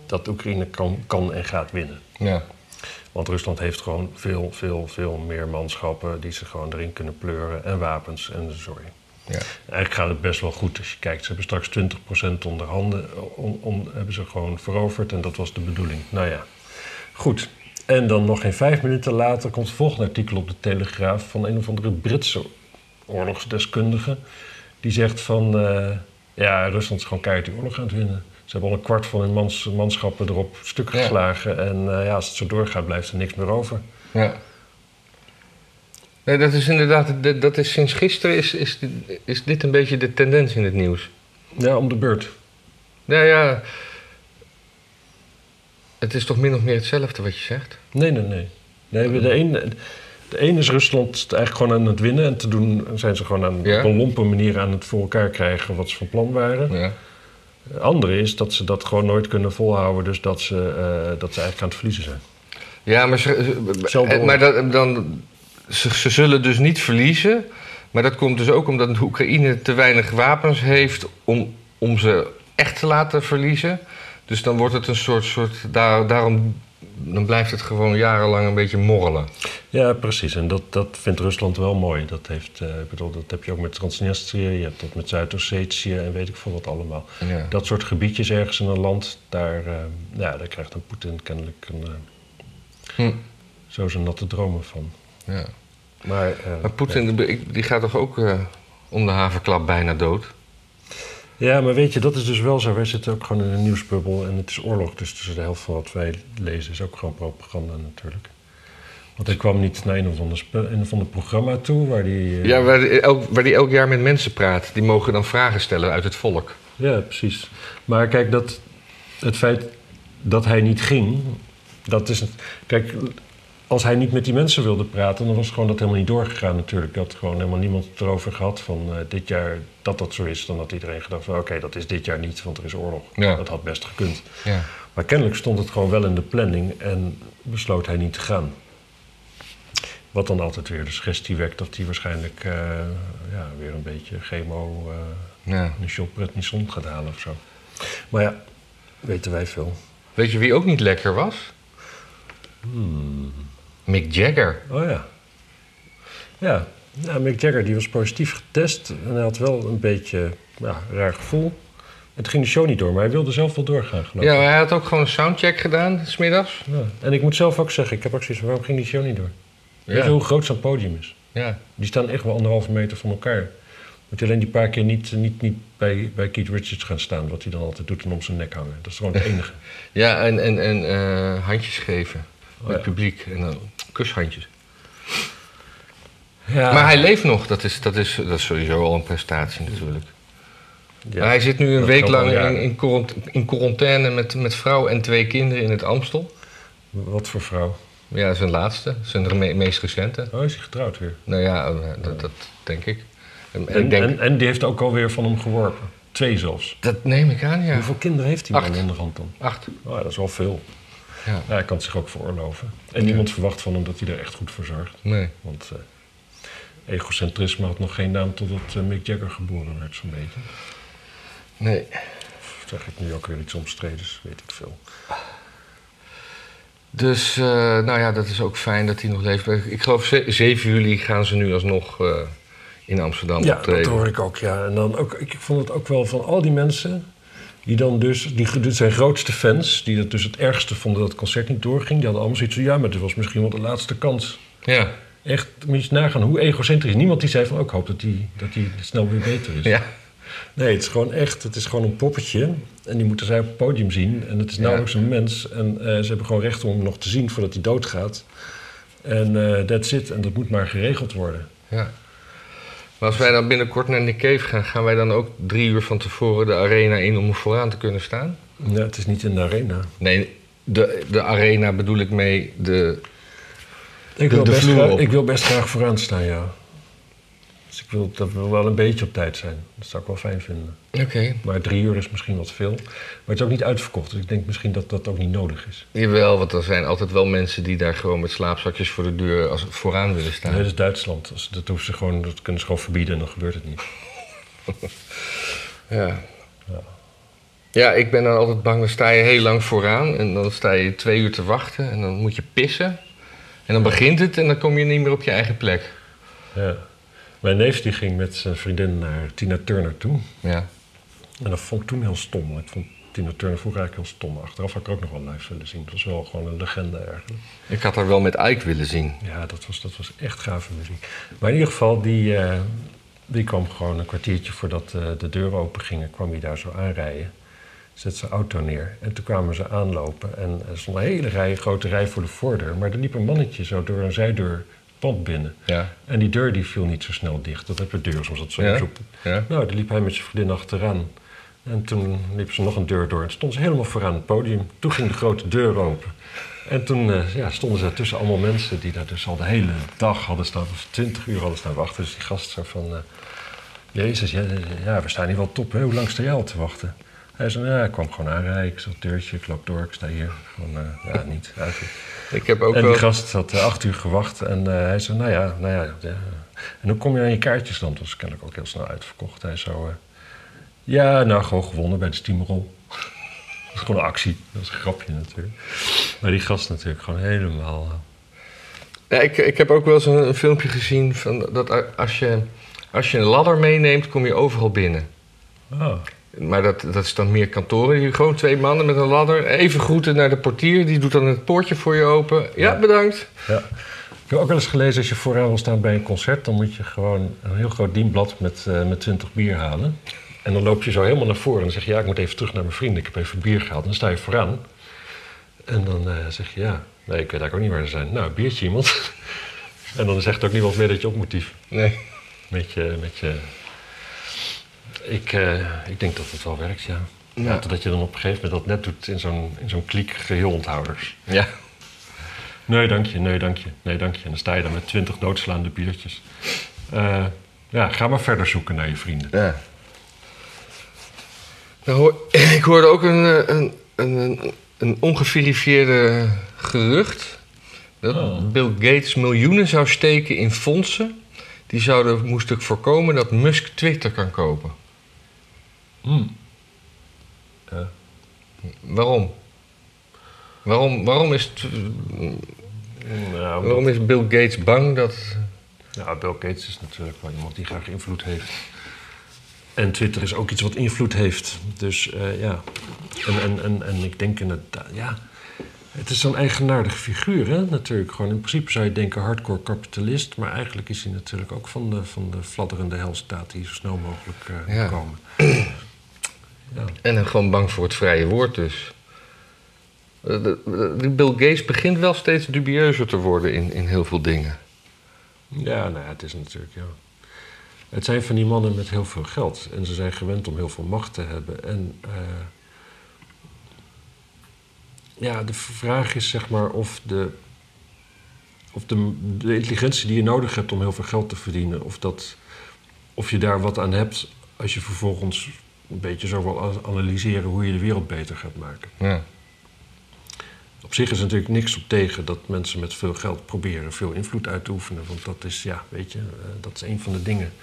A: dat Oekraïne kan, kan en gaat winnen.
B: Ja.
A: Want Rusland heeft gewoon veel, veel, veel meer manschappen die ze gewoon erin kunnen pleuren. En wapens en sorry.
B: Ja.
A: Eigenlijk gaat het best wel goed als je kijkt. Ze hebben straks 20% onder handen on, on- hebben ze gewoon veroverd. En dat was de bedoeling. Nou ja, goed. En dan nog geen vijf minuten later komt het volgende artikel op de Telegraaf van een of andere Britse oorlogsdeskundige. Die zegt van, eh, ja, Rusland is gewoon keihard die oorlog aan het winnen. Ze hebben al een kwart van hun mans, manschappen erop stuk
B: Ja.
A: geslagen. En eh, ja, als het zo doorgaat, blijft er niks meer over.
B: ja. Nee, dat is inderdaad, dat- dat is sinds gisteren is, is, dit- is dit een beetje de tendens in het nieuws.
A: Ja, om de beurt.
B: Nou ja, het is toch min of meer hetzelfde wat je zegt?
A: Nee, nee, nee. nee de, een, de een is Rusland eigenlijk gewoon aan het winnen. En te doen zijn ze gewoon aan,
B: Ja.
A: op een lompe manier aan het voor elkaar krijgen wat ze van plan waren.
B: Ja.
A: De andere is dat ze dat gewoon nooit kunnen volhouden. Dus dat ze, eh, dat ze eigenlijk aan het verliezen zijn.
B: Ja, maar, ze,
A: Hetzelfde
B: eh, maar dat, dan, ze, ze zullen dus niet verliezen. Maar dat komt dus ook omdat de Oekraïne te weinig wapens heeft om, om ze echt te laten verliezen. Dus dan wordt het een soort. soort daar, daarom dan blijft het gewoon jarenlang een beetje morrelen.
A: Ja, precies. En dat, dat vindt Rusland wel mooi. Dat, heeft, eh, ik bedoel, dat heb je ook met Transnistrië, je hebt dat met Zuid-Ossetië en weet ik veel wat allemaal.
B: Ja.
A: Dat soort gebiedjes ergens in een land, daar, eh, ja, daar krijgt dan Poetin kennelijk een, eh,
B: Hm.
A: zo zijn natte dromen van.
B: Ja.
A: Maar, eh,
B: Maar Poetin, die- die gaat toch ook eh, om de havenklap bijna dood?
A: Ja, maar weet je, dat is dus wel zo. Wij zitten ook gewoon in een nieuwsbubbel en het is oorlog. Dus tussen de helft van wat wij lezen is ook gewoon propaganda natuurlijk. Want hij kwam niet naar een of ander, spe- een of ander programma toe waar die... eh,
B: Ja, waar die, elk, waar die elk jaar met mensen praat. Die mogen dan vragen stellen uit het volk.
A: Ja, precies. Maar kijk, dat, het feit dat hij niet ging, dat is. Kijk, als hij niet met die mensen wilde praten, dan was gewoon dat helemaal niet doorgegaan natuurlijk. Dat gewoon helemaal niemand het erover gehad van eh, dit jaar dat dat zo is. Dan had iedereen gedacht van oké, dat is dit jaar niet, want er is oorlog.
B: Ja.
A: Dat had best gekund.
B: Ja.
A: Maar kennelijk stond het gewoon wel in de planning en besloot hij niet te gaan. Wat dan altijd weer de suggestie wekt dat hij waarschijnlijk eh, ja, weer een beetje chemo... eh,
B: ja.
A: een shopret niet zon gaat halen of zo. Maar ja, weten wij veel.
B: Weet je wie ook niet lekker was?
A: Hmm.
B: Mick Jagger.
A: Oh ja. Ja, ja Mick Jagger die was positief getest en hij had wel een beetje ja, een raar gevoel. Het ging de show niet door, maar hij wilde zelf wel doorgaan geloof ik.
B: Ja, maar hij had ook gewoon een soundcheck gedaan, smiddags.
A: Ja. En ik moet zelf ook zeggen, ik heb ook zoiets van, waarom ging die show niet door? Weet je
B: Ja.
A: hoe groot zo'n podium is?
B: ja.
A: Die staan echt wel anderhalve meter van elkaar. Moet je alleen die paar keer niet, niet, niet bij, bij Keith Richards gaan staan, wat hij dan altijd doet en om zijn nek hangen. Dat is gewoon het enige.
B: Ja, en, en, en eh, handjes geven.
A: Oh,
B: het
A: ja.
B: publiek. En dan kushandjes.
A: Ja,
B: Maar hij leeft nog. Dat is, dat, is, dat is sowieso al een prestatie natuurlijk.
A: Ja.
B: Maar hij zit nu een
A: Dat
B: week
A: geldt al
B: lang in,
A: jaren.
B: in, quarant- in quarantaine met, met vrouw en twee kinderen in het Amstel.
A: Wat voor vrouw?
B: Ja, zijn laatste. Zijn me- meest recente.
A: Oh, is hij getrouwd weer?
B: Nou ja, eh, dat, dat denk ik. En,
A: En,
B: ik denk,
A: en, en die heeft ook alweer van hem geworpen. Twee zelfs.
B: dat neem ik aan, ja.
A: Hoeveel kinderen heeft hij
B: Acht.
A: man onderhand dan?
B: Acht.
A: Oh, ja, dat is wel veel.
B: Ja.
A: Ja, hij kan het zich ook veroorloven. En
B: Ja.
A: niemand verwacht van hem dat hij er echt goed voor zorgt.
B: Nee.
A: Want eh, egocentrisme had nog geen naam totdat eh, Mick Jagger geboren werd, zo'n beetje.
B: Nee.
A: Of zeg ik nu ook weer iets omstredens, weet ik veel.
B: Dus, eh, nou ja, dat is ook fijn dat hij nog leeft. Ik geloof ze- 7 juli gaan ze nu alsnog eh, in Amsterdam
A: Ja, dat
B: optreden.
A: hoor ik ook, ja. En dan ook, ik vond het ook wel van al die mensen... Die dan dus, die, dit zijn grootste fans, die dat dus het ergste vonden dat het concert niet doorging. Die hadden allemaal zoiets van, ja, maar dit was misschien wel de laatste kans.
B: Ja.
A: Echt, moet je eens nagaan hoe egocentrisch. Niemand die zei van, oh, ik hoop dat die, dat die snel weer beter is.
B: ja.
A: Nee, het is gewoon echt, het is gewoon een poppetje. En die moeten zij op het podium zien. En het is
B: Ja.
A: nauwelijks een mens. En eh, ze hebben gewoon recht om hem nog te zien voordat hij doodgaat. En eh that's it. En dat moet maar geregeld worden.
B: ja. Maar als wij dan binnenkort naar Nick Cave gaan, gaan wij dan ook drie uur van tevoren de arena in om vooraan te kunnen staan?
A: Ja, het is niet in de arena.
B: Nee, de, de arena bedoel ik mee de...
A: Ik
B: De-
A: wil,
B: de
A: best
B: vloer
A: graag,
B: op.
A: ik wil best graag vooraan staan, ja. Dus ik wil, dat wil wel een beetje op tijd zijn. Dat zou ik wel fijn vinden.
B: Oké.
A: Maar drie uur is misschien wat veel. Maar het is ook niet uitverkocht. Dus ik denk misschien dat dat ook niet nodig is.
B: Jawel, want er zijn altijd wel mensen die daar gewoon met slaapzakjes voor de deur als, vooraan willen staan.
A: Nee, dat is Duitsland. Als- Dat, hoeven ze gewoon, dat kunnen ze gewoon verbieden en dan gebeurt het niet.
B: Ja. Ja, ik ben dan altijd bang. Dan sta je heel lang vooraan en dan sta je twee uur te wachten en dan moet je pissen. En dan begint het en dan kom je niet meer op je eigen plek.
A: Ja. Mijn neef die ging met zijn vriendin naar Tina Turner toe.
B: Ja.
A: En dat vond ik toen heel stom. want Ik vond Tina Turner vroeger eigenlijk heel stom. Achteraf had ik ook nog wel live willen zien. Het was wel gewoon een legende eigenlijk.
B: Ik had haar wel met Ike willen zien.
A: Ja, dat was, dat was echt gave muziek. Maar in ieder geval, die, eh, die kwam gewoon een kwartiertje voordat eh, de deuren open gingen, kwam hij daar zo aanrijden. Zet zijn auto neer. En toen kwamen ze aanlopen. En er stond een hele rij, grote rij voor de voordeur. Maar er liep een mannetje zo door een zijdeur het pand binnen.
B: Ja.
A: En die deur die viel niet zo snel dicht. Dat heb je deur soms dat zo
B: Ja.
A: zo-
B: Ja.
A: Nou, daar liep hij met zijn vriendin achteraan. En toen liep ze nog een deur door en stond ze helemaal vooraan het podium. Toen ging de grote deur open. En toen eh, ja, stonden ze tussen allemaal mensen die daar dus al de hele dag hadden staan, of twintig uur hadden staan wachten. Dus die gast zo van, eh, jezus, ja, ja, we staan hier wel top, hè? hoe lang sta jij al te wachten? Hij zei, ja, ik kwam gewoon aanrijden, ik zag het deurtje, ik loop door, ik sta hier. Gewoon, eh, ja, niet, uit.
B: Ik heb ook
A: En
B: wel...
A: die gast had eh, acht uur gewacht en eh, hij zei, nou ja, nou ja, ja. En hoe kom je aan je kaartjes dan? Dat was kennelijk ook heel snel uitverkocht. Hij zo, eh, ja, nou gewoon gewonnen bij de steamroll. dat is gewoon een actie. Dat is een grapje natuurlijk. Maar die gast natuurlijk gewoon helemaal... eh,
B: Ja, ik, ik heb ook wel eens een, een filmpje gezien van dat a- als je, als je een ladder meeneemt, kom je overal binnen.
A: ah,
B: Maar dat, dat is dan meer kantoren. Je- Gewoon twee mannen met een ladder. Even groeten naar de portier. Die doet dan het poortje voor je open. Ja,
A: Ja.
B: bedankt.
A: ja. Ik heb ook wel eens gelezen, als je vooraan wil staan bij een concert... dan moet je gewoon een heel groot dienblad met, eh met 20 bier halen. En dan loop je zo helemaal naar voren en dan zeg je... ja, ik moet even terug naar mijn vrienden, ik heb even bier gehaald. En dan sta je vooraan. En dan eh, zeg je, ja, nee, ik weet eigenlijk ook niet waar ze zijn. Nou, biertje iemand. en dan zegt ook niemand meer dat je op moet dieven.
B: Nee.
A: Met je, met je... Ik, eh, ik denk dat het wel werkt, ja.
B: Ja.
A: ja. Dat je dan op een gegeven moment dat net doet in zo'n, in zo'n kliek geheel onthouders.
B: Ja.
A: Nee, dank je, nee, dank je, nee, dank je. En dan sta je dan met twintig doodslaande biertjes. Eh, ja, ga maar verder zoeken naar je vrienden.
B: ja. Nou, hoor- ik hoorde ook een, eh, een, een, een, een ongeverifieerde gerucht. Dat
A: Oh.
B: Bill Gates miljoenen zou steken in fondsen. Die zouden moesten voorkomen dat Musk Twitter kan kopen. Waarom? Waarom, waarom, is, het-
A: Nou, omdat-
B: waarom is Bill Gates bang dat.
A: Ja, Bill Gates is natuurlijk wel iemand die graag invloed heeft. En Twitter is ook iets wat invloed heeft. Dus eh, ja, en, en, en, en ik denk inderdaad, ja... Het is zo'n eigenaardig figuur, hè, natuurlijk. Gewoon in principe zou je denken hardcore kapitalist... maar eigenlijk is hij natuurlijk ook van de, van de fladderende helstaat... die zo snel mogelijk eh, moet
B: Ja.
A: komen.
B: En hem gewoon bang voor het vrije woord dus. Eh, de- de- Bill Gates begint wel steeds dubieuzer te worden in, in heel veel dingen.
A: Ja, nou ja, het is natuurlijk, ja. Het zijn van die mannen met heel veel geld. En ze zijn gewend om heel veel macht te hebben. En eh, ja, de vraag is zeg maar of de, of de, de intelligentie die je nodig hebt om heel veel geld te verdienen... of, dat, of je daar wat aan hebt als je vervolgens een beetje zo wil a- analyseren... hoe je de wereld beter gaat maken.
B: Ja.
A: Op zich is er natuurlijk niks op tegen dat mensen met veel geld proberen veel invloed uit te oefenen. Want dat is, ja, weet je, eh, dat is een van de dingen.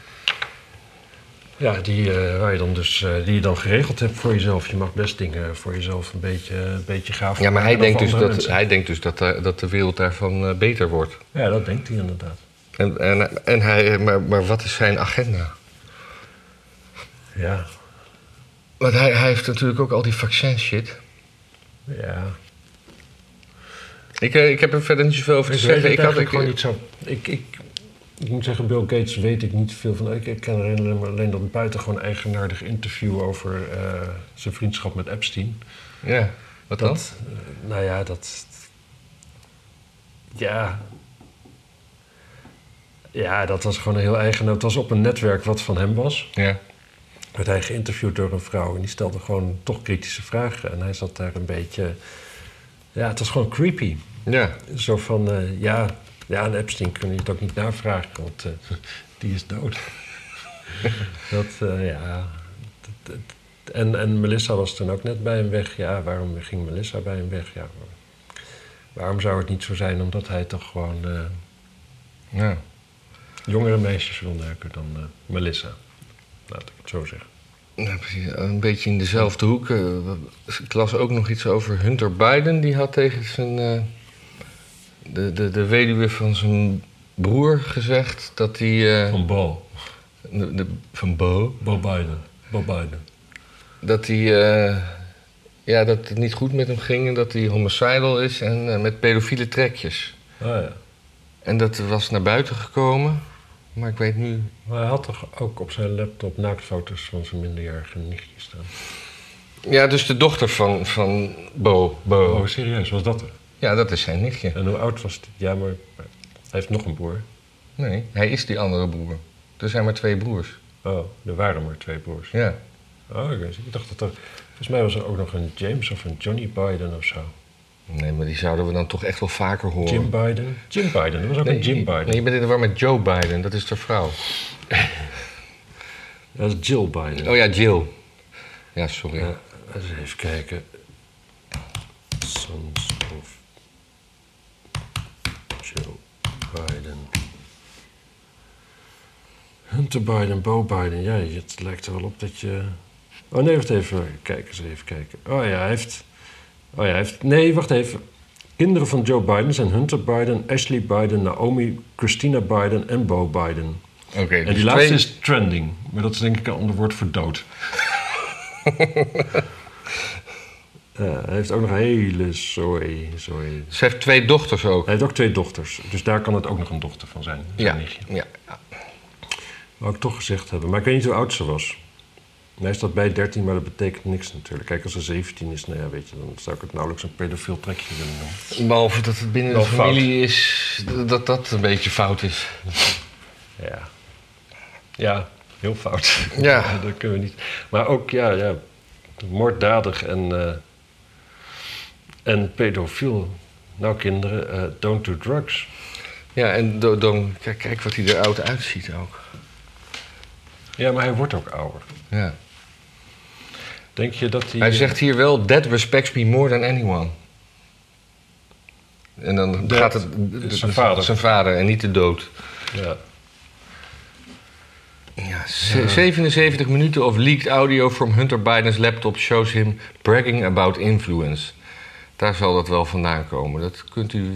A: Ja, die, eh, waar je dan dus, eh, die je dan geregeld hebt voor jezelf. Je mag best dingen voor jezelf een beetje, een beetje gaaf
B: ja, maar hij
A: maken dan
B: denkt,
A: voor
B: dus
A: andere
B: dat,
A: mensen.
B: hij denkt dus dat, daar- dat de wereld daarvan eh, beter wordt.
A: Ja, dat denkt hij inderdaad.
B: En, en, en hij, eh, maar, maar wat is zijn agenda?
A: Ja,
B: Want hij, hij heeft natuurlijk ook al die vaccin shit.
A: ja.
B: Ik, eh, ik heb er verder niet zoveel over te
A: Ik weet
B: zeggen.
A: het
B: Dus, eh, Ik had
A: eigenlijk
B: ik,
A: gewoon niet zo... Ik, ik, ik moet zeggen, Bill Gates weet ik niet veel van. Ik, ik ken alleen, maar alleen dat buitengewoon eigenaardig interview over eh, zijn vriendschap met Epstein.
B: Ja, wat dan?
A: Dat, eh, nou ja, dat. Ja. Ja, dat was gewoon een heel eigen. Het was op een netwerk wat van hem was.
B: Ja.
A: Werd hij geïnterviewd door een vrouw en die stelde gewoon toch kritische vragen. En hij zat daar een beetje. Ja, het was gewoon creepy.
B: Ja.
A: Zo van, eh, ja, ja, aan Epstein kun je het ook niet navragen, want eh, die is dood. dat, eh, ja. dat- dat- en, en Melissa was toen ook net bij hem weg. Ja, waarom ging Melissa bij hem weg? Ja, waarom zou het niet zo zijn? Omdat hij toch gewoon eh,
B: ja.
A: jongere meisjes wil neuken dan eh, Melissa. Laat ik het zo zeggen.
B: Ja, precies. Een beetje in dezelfde hoek. eh, Ik las ook nog iets over Hunter Biden. Die had tegen zijn, eh, de, de, de weduwe van zijn broer gezegd dat hij... eh,
A: Van Bo.
B: de, de- van Bo?
A: Bo Biden. Bo Biden.
B: Dat hij... eh, ja, dat het niet goed met hem ging en dat hij homicidal is en eh, met pedofiele trekjes.
A: Ah, ja.
B: En dat was naar buiten gekomen. Maar ik weet nu...
A: Maar hij had toch ook op zijn laptop naaktfoto's van zijn minderjarige nichtje staan.
B: Ja, dus de dochter van, van Bo. Bo.
A: Oh, serieus, was dat er?
B: Ja, dat is zijn nichtje.
A: En hoe oud was hij? Ja, maar hij heeft nog een broer.
B: Nee, hij is die andere broer. Er zijn maar twee broers.
A: Oh, er waren maar twee broers.
B: Ja.
A: Oh, oké. Dus ik dacht dat er... Volgens mij was er ook nog een James of een Johnny Biden of zo.
B: Nee, maar die zouden we dan toch echt wel vaker horen.
A: Jim Biden? Jim Biden, er was ook
B: nee,
A: een Jim Biden.
B: Nee, je bent in de war met Joe Biden, dat is de vrouw.
A: Dat is Jill Biden.
B: Oh ja, Jill. Ja, sorry.
A: Ja, eens even kijken. Sons of Joe Biden. Hunter Biden, Bo Biden. Ja, het lijkt er wel op dat je... Oh nee, wacht even. Kijk eens even kijken. Oh ja, hij heeft... Oh ja, hij heeft... Nee, wacht even. Kinderen van Joe Biden zijn Hunter Biden, Ashley Biden, Naomi, Christina Biden en Bo Biden.
B: Oké,
A: En
B: dus
A: die laatste
B: twee-
A: is trending. Maar dat is denk ik een ander woord voor dood. Ja, Eh, hij heeft ook nog een hele zooi, zooi.
B: Ze heeft twee dochters ook.
A: Hij heeft ook twee dochters. Dus daar kan het ook nog een dochter van zijn. zijn
B: Ja,
A: nichtje.
B: ja.
A: Wou ik toch gezegd hebben. Maar ik weet niet hoe oud ze was. Hij staat bij 13, maar dat betekent niks natuurlijk. Kijk, als ze 17 is, nou ja, weet je, dan zou ik het nauwelijks een pedofiel trekje willen noemen.
B: Behalve dat het binnen
A: Wel
B: de familie is, d- dat dat een beetje fout is.
A: Ja. Ja, heel fout.
B: Ja.
A: dat kunnen we niet. Maar ook, ja, ja moorddadig en, eh, en pedofiel. Nou, kinderen, eh, don't do drugs.
B: Ja, en do- dan, kijk, kijk wat hij er oud uitziet ook.
A: Ja, maar hij wordt ook ouder.
B: Ja.
A: Denk je dat hij...
B: Hij zegt hier wel, that respects me more than anyone. En dan
A: That
B: gaat het...
A: is zijn vader.
B: Zijn vader en niet de dood.
A: Ja.
B: Ja, ze- 77 minuten of leaked audio from Hunter Biden's laptop shows him bragging about influence. Daar zal dat wel vandaan komen. Dat kunt u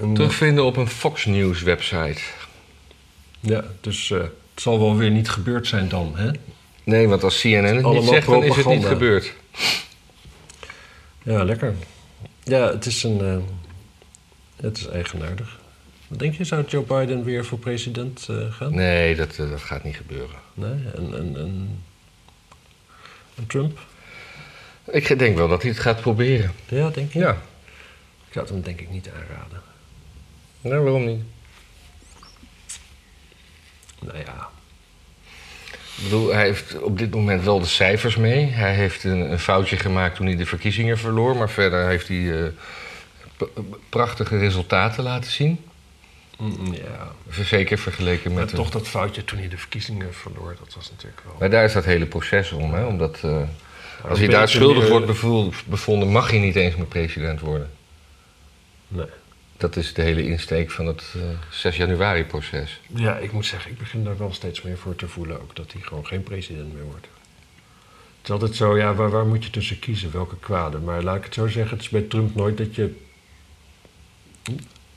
A: Mm.
B: terugvinden op een Fox News website.
A: ja, dus eh, het zal wel weer niet gebeurd zijn dan, hè?
B: Nee, want als CNN het niet
A: Allemaal
B: zegt, dan is het niet
A: propaganda.
B: gebeurd.
A: Ja, lekker. Ja, het is een... eh, het is eigenaardig. Wat denk je, zou Joe Biden weer voor president eh, gaan?
B: Nee, dat, eh, dat gaat niet gebeuren.
A: Nee? En, en, en, en Trump?
B: Ik denk wel dat hij het gaat proberen.
A: Ja, denk je?
B: Ja,
A: Ik zou het hem denk ik niet aanraden.
B: nou waarom niet?
A: Nou ja.
B: Ik bedoel, hij heeft op dit moment wel de cijfers mee. Hij heeft een, een foutje gemaakt toen hij de verkiezingen verloor. Maar verder heeft hij eh, p- prachtige resultaten laten zien.
A: ja.
B: Zeker vergeleken met.
A: Maar
B: de-
A: toch dat foutje toen hij de verkiezingen verloor, dat was natuurlijk wel...
B: Maar daar is dat hele proces om, hè? Omdat. eh, als hij
A: ben
B: daar
A: ik
B: schuldig
A: weer-
B: wordt bevoel- bevonden, mag hij niet eens meer president worden.
A: Nee.
B: Dat is de hele insteek van het eh, 6 januari-proces.
A: Ja, ik moet zeggen, ik begin daar wel steeds meer voor te voelen ook. Dat hij gewoon geen president meer wordt. Het is altijd zo, ja, waar, waar moet je tussen kiezen? Welke kwade? Maar laat ik het zo zeggen, het is bij Trump nooit dat je...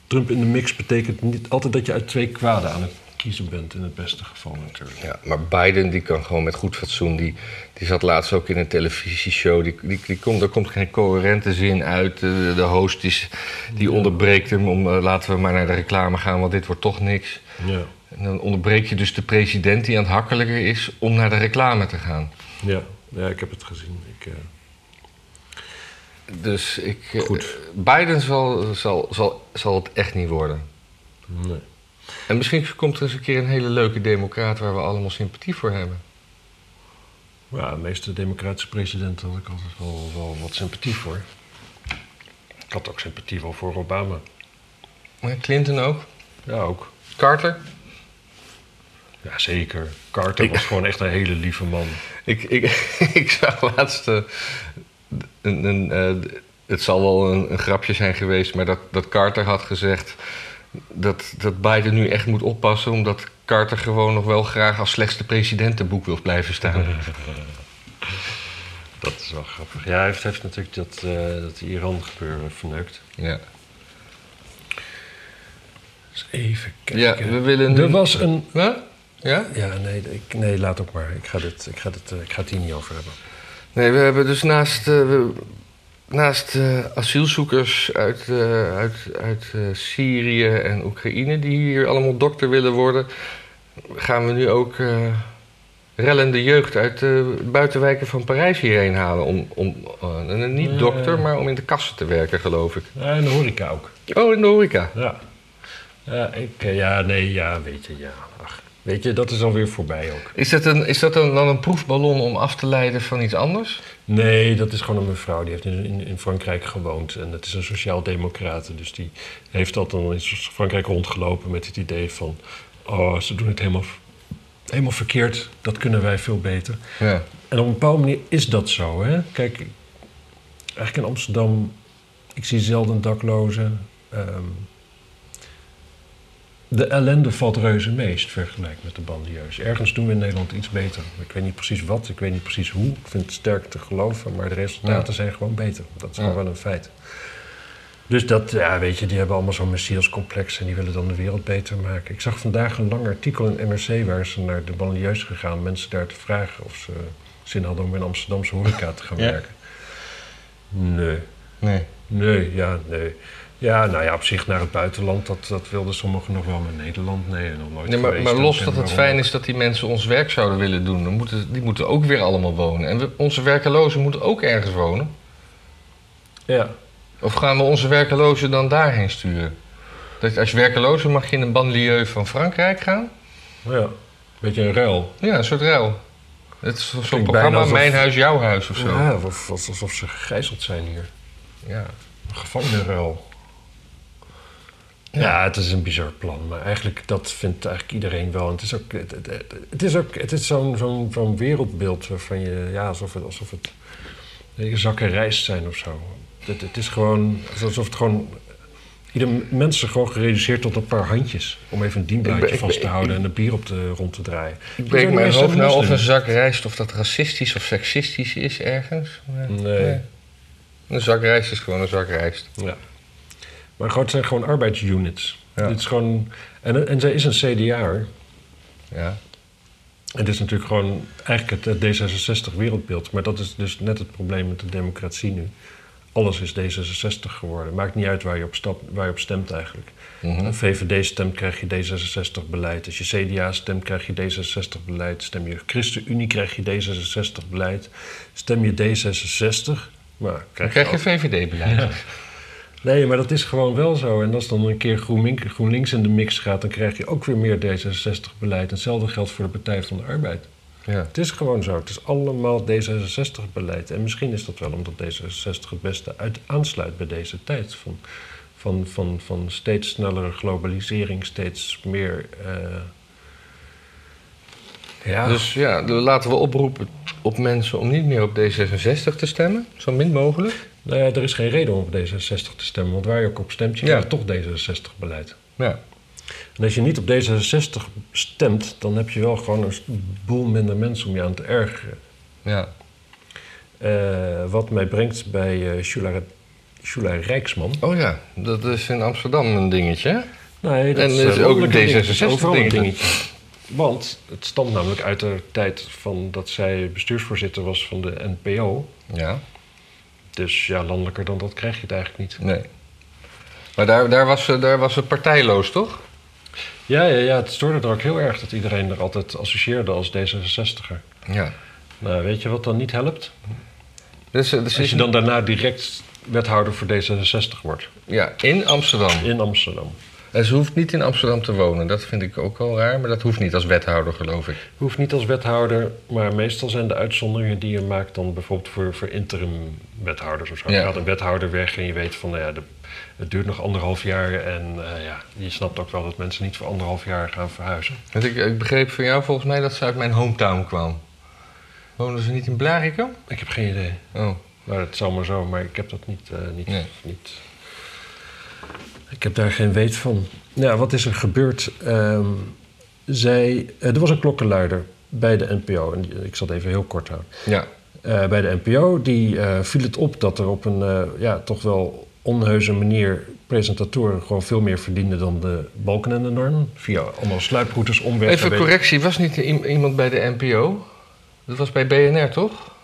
A: Trump in de mix betekent niet altijd dat je uit twee kwaden aan het kiezen bent. In het beste geval natuurlijk.
B: Ja, maar Biden die kan gewoon met goed fatsoen. Die, die zat laatst ook in een televisieshow. Die, die, die komt, er komt geen coherente zin uit. De, de host is, die onderbreekt hem om eh, laten we maar naar de reclame gaan, want dit wordt toch niks.
A: Ja.
B: En dan onderbreek je dus de president die aan het hakkelijker is om naar de reclame te gaan.
A: Ja, ja ik heb het gezien. Ik, eh,
B: Dus ik, eh,
A: Goed.
B: Biden zal, zal, zal, zal het echt niet worden.
A: nee.
B: En misschien komt er eens een keer een hele leuke democraat waar we allemaal sympathie voor hebben.
A: Ja, de meeste democratische presidenten had ik altijd wel, wel wat sympathie voor. Ik had ook sympathie wel voor Obama.
B: Maar Clinton ook.
A: Ja, ook.
B: Carter.
A: Ja, zeker. Carter
B: Ik-
A: was gewoon echt een hele lieve man.
B: Ik, ik, ik zag laatst. eh, een, een, eh, het zal wel een, een grapje zijn geweest, maar dat, dat Carter had gezegd. Dat, dat Biden nu echt moet oppassen, omdat Carter gewoon nog wel graag als slechtste presidentenboek wil blijven staan.
A: Dat is wel grappig. Ja, hij heeft, heeft natuurlijk dat, eh, dat Iran gebeuren verneukt.
B: Ja,
A: Dus even
B: ja
A: kijken.
B: we willen. nu-
A: eh, er was een...
B: Huh? Ja?
A: Ja, nee, ik, nee, laat ook maar. Ik ga, dit, ik, ga dit, eh, ik ga het hier niet over hebben.
B: Nee, we hebben dus naast, eh, we- naast eh, asielzoekers uit, eh, uit, uit eh, Syrië en Oekraïne die hier allemaal dokter willen worden, gaan we nu ook eh, rellende jeugd uit de buitenwijken van Parijs hierheen halen. Om, om, eh,
A: Ja.
B: niet dokter, maar om in de kassen te werken, geloof ik.
A: Ja, en de horeca ook.
B: Oh, in de horeca.
A: Ja. Ja, ik, eh, ja, nee, ja, weet je, ja. Ach, weet je, dat is alweer voorbij ook.
B: Is dat, een, is dat een, dan een proefballon om af te leiden van iets anders?
A: Nee, dat is gewoon een mevrouw. Die heeft in, in, in Frankrijk gewoond. En dat is een sociaal-democrate. Dus die heeft dat dan in Frankrijk rondgelopen met het idee van... Oh, ze doen het helemaal, helemaal verkeerd. Dat kunnen wij veel beter.
B: Ja.
A: En op een bepaalde manier is dat zo. Hè? Kijk, eigenlijk in Amsterdam, ik zie zelden daklozen. Ehm, de ellende valt reuze meest vergelijkt met de bandieus. Ergens doen we in Nederland iets beter. Ik weet niet precies wat, ik weet niet precies hoe. Ik vind het sterk te geloven, maar de resultaten zijn gewoon beter. Dat is
B: Ja.
A: gewoon wel een feit. Dus dat, ja, weet je, die hebben allemaal zo'n messiascomplex en die willen dan de wereld beter maken. Ik zag vandaag een lang artikel in NRC waar ze naar de bandieus gegaan, mensen daar te vragen of ze zin hadden om in Amsterdamse horeca te gaan
B: Ja.
A: werken. Nee.
B: Nee.
A: Nee, ja, nee. Ja, nou ja, op zich naar het buitenland, dat, dat wilden sommigen nog wel, maar Nederland, nee, nog nooit
B: Nee, maar,
A: geweest.
B: maar
A: En
B: los
A: ik
B: dat
A: ben
B: het
A: waarom-
B: fijn is dat die mensen ons werk zouden willen doen, dan moeten, die moeten ook weer allemaal wonen. En we, onze werkelozen moeten ook ergens wonen.
A: Ja,
B: Of gaan we onze werkelozen dan daarheen sturen? Dat als werkeloze mag je in een banlieue van Frankrijk gaan?
A: ja. Beetje een ruil.
B: Ja, een soort ruil. Het is zo- zo'n
A: Klinkt
B: programma
A: bijna alsof-
B: Mijn Huis, Jouw Huis of zo. Ja.
A: Ja, of- of- alsof ze gegijzeld zijn hier.
B: Ja.
A: Een gevangenenruil. Ja. het is een bizar plan, maar eigenlijk dat vindt eigenlijk iedereen wel. En het is ook, het, het, het- het is ook, het is zo'n zo'n zo'n wereldbeeld waarvan je, ja, alsof het, alsof het eh, zakken rijst zijn of zo. Het, het is gewoon, alsof het gewoon, ieder mens is gewoon gereduceerd tot een paar handjes. Om even een dienblaadje
B: Ik ben- ik ben-
A: vast te houden en een bier op de, rond te draaien.
B: Ik breek mijn hoofd nou of een zak rijst of dat racistisch of seksistisch is ergens. Maar-
A: Nee.
B: Een zak rijst is gewoon een zak rijst.
A: Ja. Maar gewoon, het zijn gewoon arbeidsunits.
B: Ja.
A: Het is gewoon, en, en zij is een CDA'er.
B: Ja.
A: Het is natuurlijk gewoon eigenlijk het D66 wereldbeeld. Maar dat is dus net het probleem met de democratie nu. Alles is D66 geworden. Maakt niet uit waar je op, stap, waar je op stemt eigenlijk.
B: Mhm.
A: Als VVD stemt, krijg je D66 beleid. Als je CDA stemt, krijg je D66 beleid. Stem je ChristenUnie, krijg je D66 beleid. Stem je D66, nou,
B: Dan
A: krijg je
B: krijg je VVD-beleid.
A: Nee, maar dat is gewoon wel zo. En als dan een keer GroenLink- GroenLinks in de mix gaat, dan krijg je ook weer meer D66-beleid. En hetzelfde geldt voor de Partij van de Arbeid.
B: Ja.
A: Het is gewoon zo. Het is allemaal D66-beleid. En misschien is dat wel omdat D66 het beste uit, aansluit bij deze tijd. Van, van, van, van steeds snellere globalisering, steeds meer. eh, ja,
B: Dus ja, de- laten we oproepen op mensen om niet meer op D66 te stemmen. Zo min mogelijk.
A: nou ja, er is geen reden om op D66 te stemmen. Want waar je ook op stemt, je
B: Ja.
A: krijgt toch D66-beleid.
B: Ja.
A: En als je niet op D66 stemt, dan heb je wel gewoon een boel minder mensen om je aan te ergeren.
B: ja.
A: Eh, wat mij brengt bij eh Shula, Shula Rijksman.
B: Oh ja, dat is in Amsterdam een dingetje. hè?
A: Nee,
B: En dat is
A: eh,
B: ook
A: een
B: een
A: dingetje.
B: D66
A: Overal een
B: dingetje.
A: dingetje. Want het stamt namelijk uit de tijd van dat zij bestuursvoorzitter was van de NPO.
B: Ja,
A: Dus ja, landelijker dan dat krijg je het eigenlijk niet.
B: nee. Maar daar, daar, was ze, daar was ze partijloos, toch?
A: Ja, ja, ja, het stoorde er ook heel erg dat iedereen er altijd associeerde als D66er.
B: Ja.
A: Nou, weet je wat dan niet helpt?
B: Dus, eh, dus
A: Als
B: is-
A: je dan daarna direct wethouder voor D66 wordt
B: ja, in Amsterdam.
A: in Amsterdam.
B: En ze hoeft niet in Amsterdam te wonen. Dat vind ik ook al raar, maar dat hoeft niet als wethouder, geloof ik.
A: Hoeft niet als wethouder, maar meestal zijn de uitzonderingen die je maakt dan bijvoorbeeld voor, voor interim wethouders of zo.
B: Ja.
A: Je gaat een wethouder weg en je weet van, nou ja, de- het duurt nog anderhalf jaar en eh, ja, je snapt ook wel dat mensen niet voor anderhalf jaar gaan verhuizen.
B: Want ik, ik begreep van jou volgens mij dat ze uit mijn hometown kwam. Wonen ze niet in Blarikum?
A: Ik heb geen idee.
B: Oh,
A: Maar het zal maar zo, maar ik heb dat niet, eh, niet,
B: Nee.
A: niet. Ik heb daar geen weet van. Ja, wat is er gebeurd? Ehm, zij, eh, er was een klokkenluider bij de NPO. En die- ik zal het even heel kort houden.
B: ja.
A: Eh, bij de NPO die, eh, viel het op dat er op een eh, ja, toch wel onheuse manier presentatoren gewoon veel meer verdienden dan de balken en de norm. Via allemaal sluiproutes, omwegen.
B: Even
A: weet ik-
B: correctie, was niet i- iemand bij de NPO? Dat was bij BNR, toch?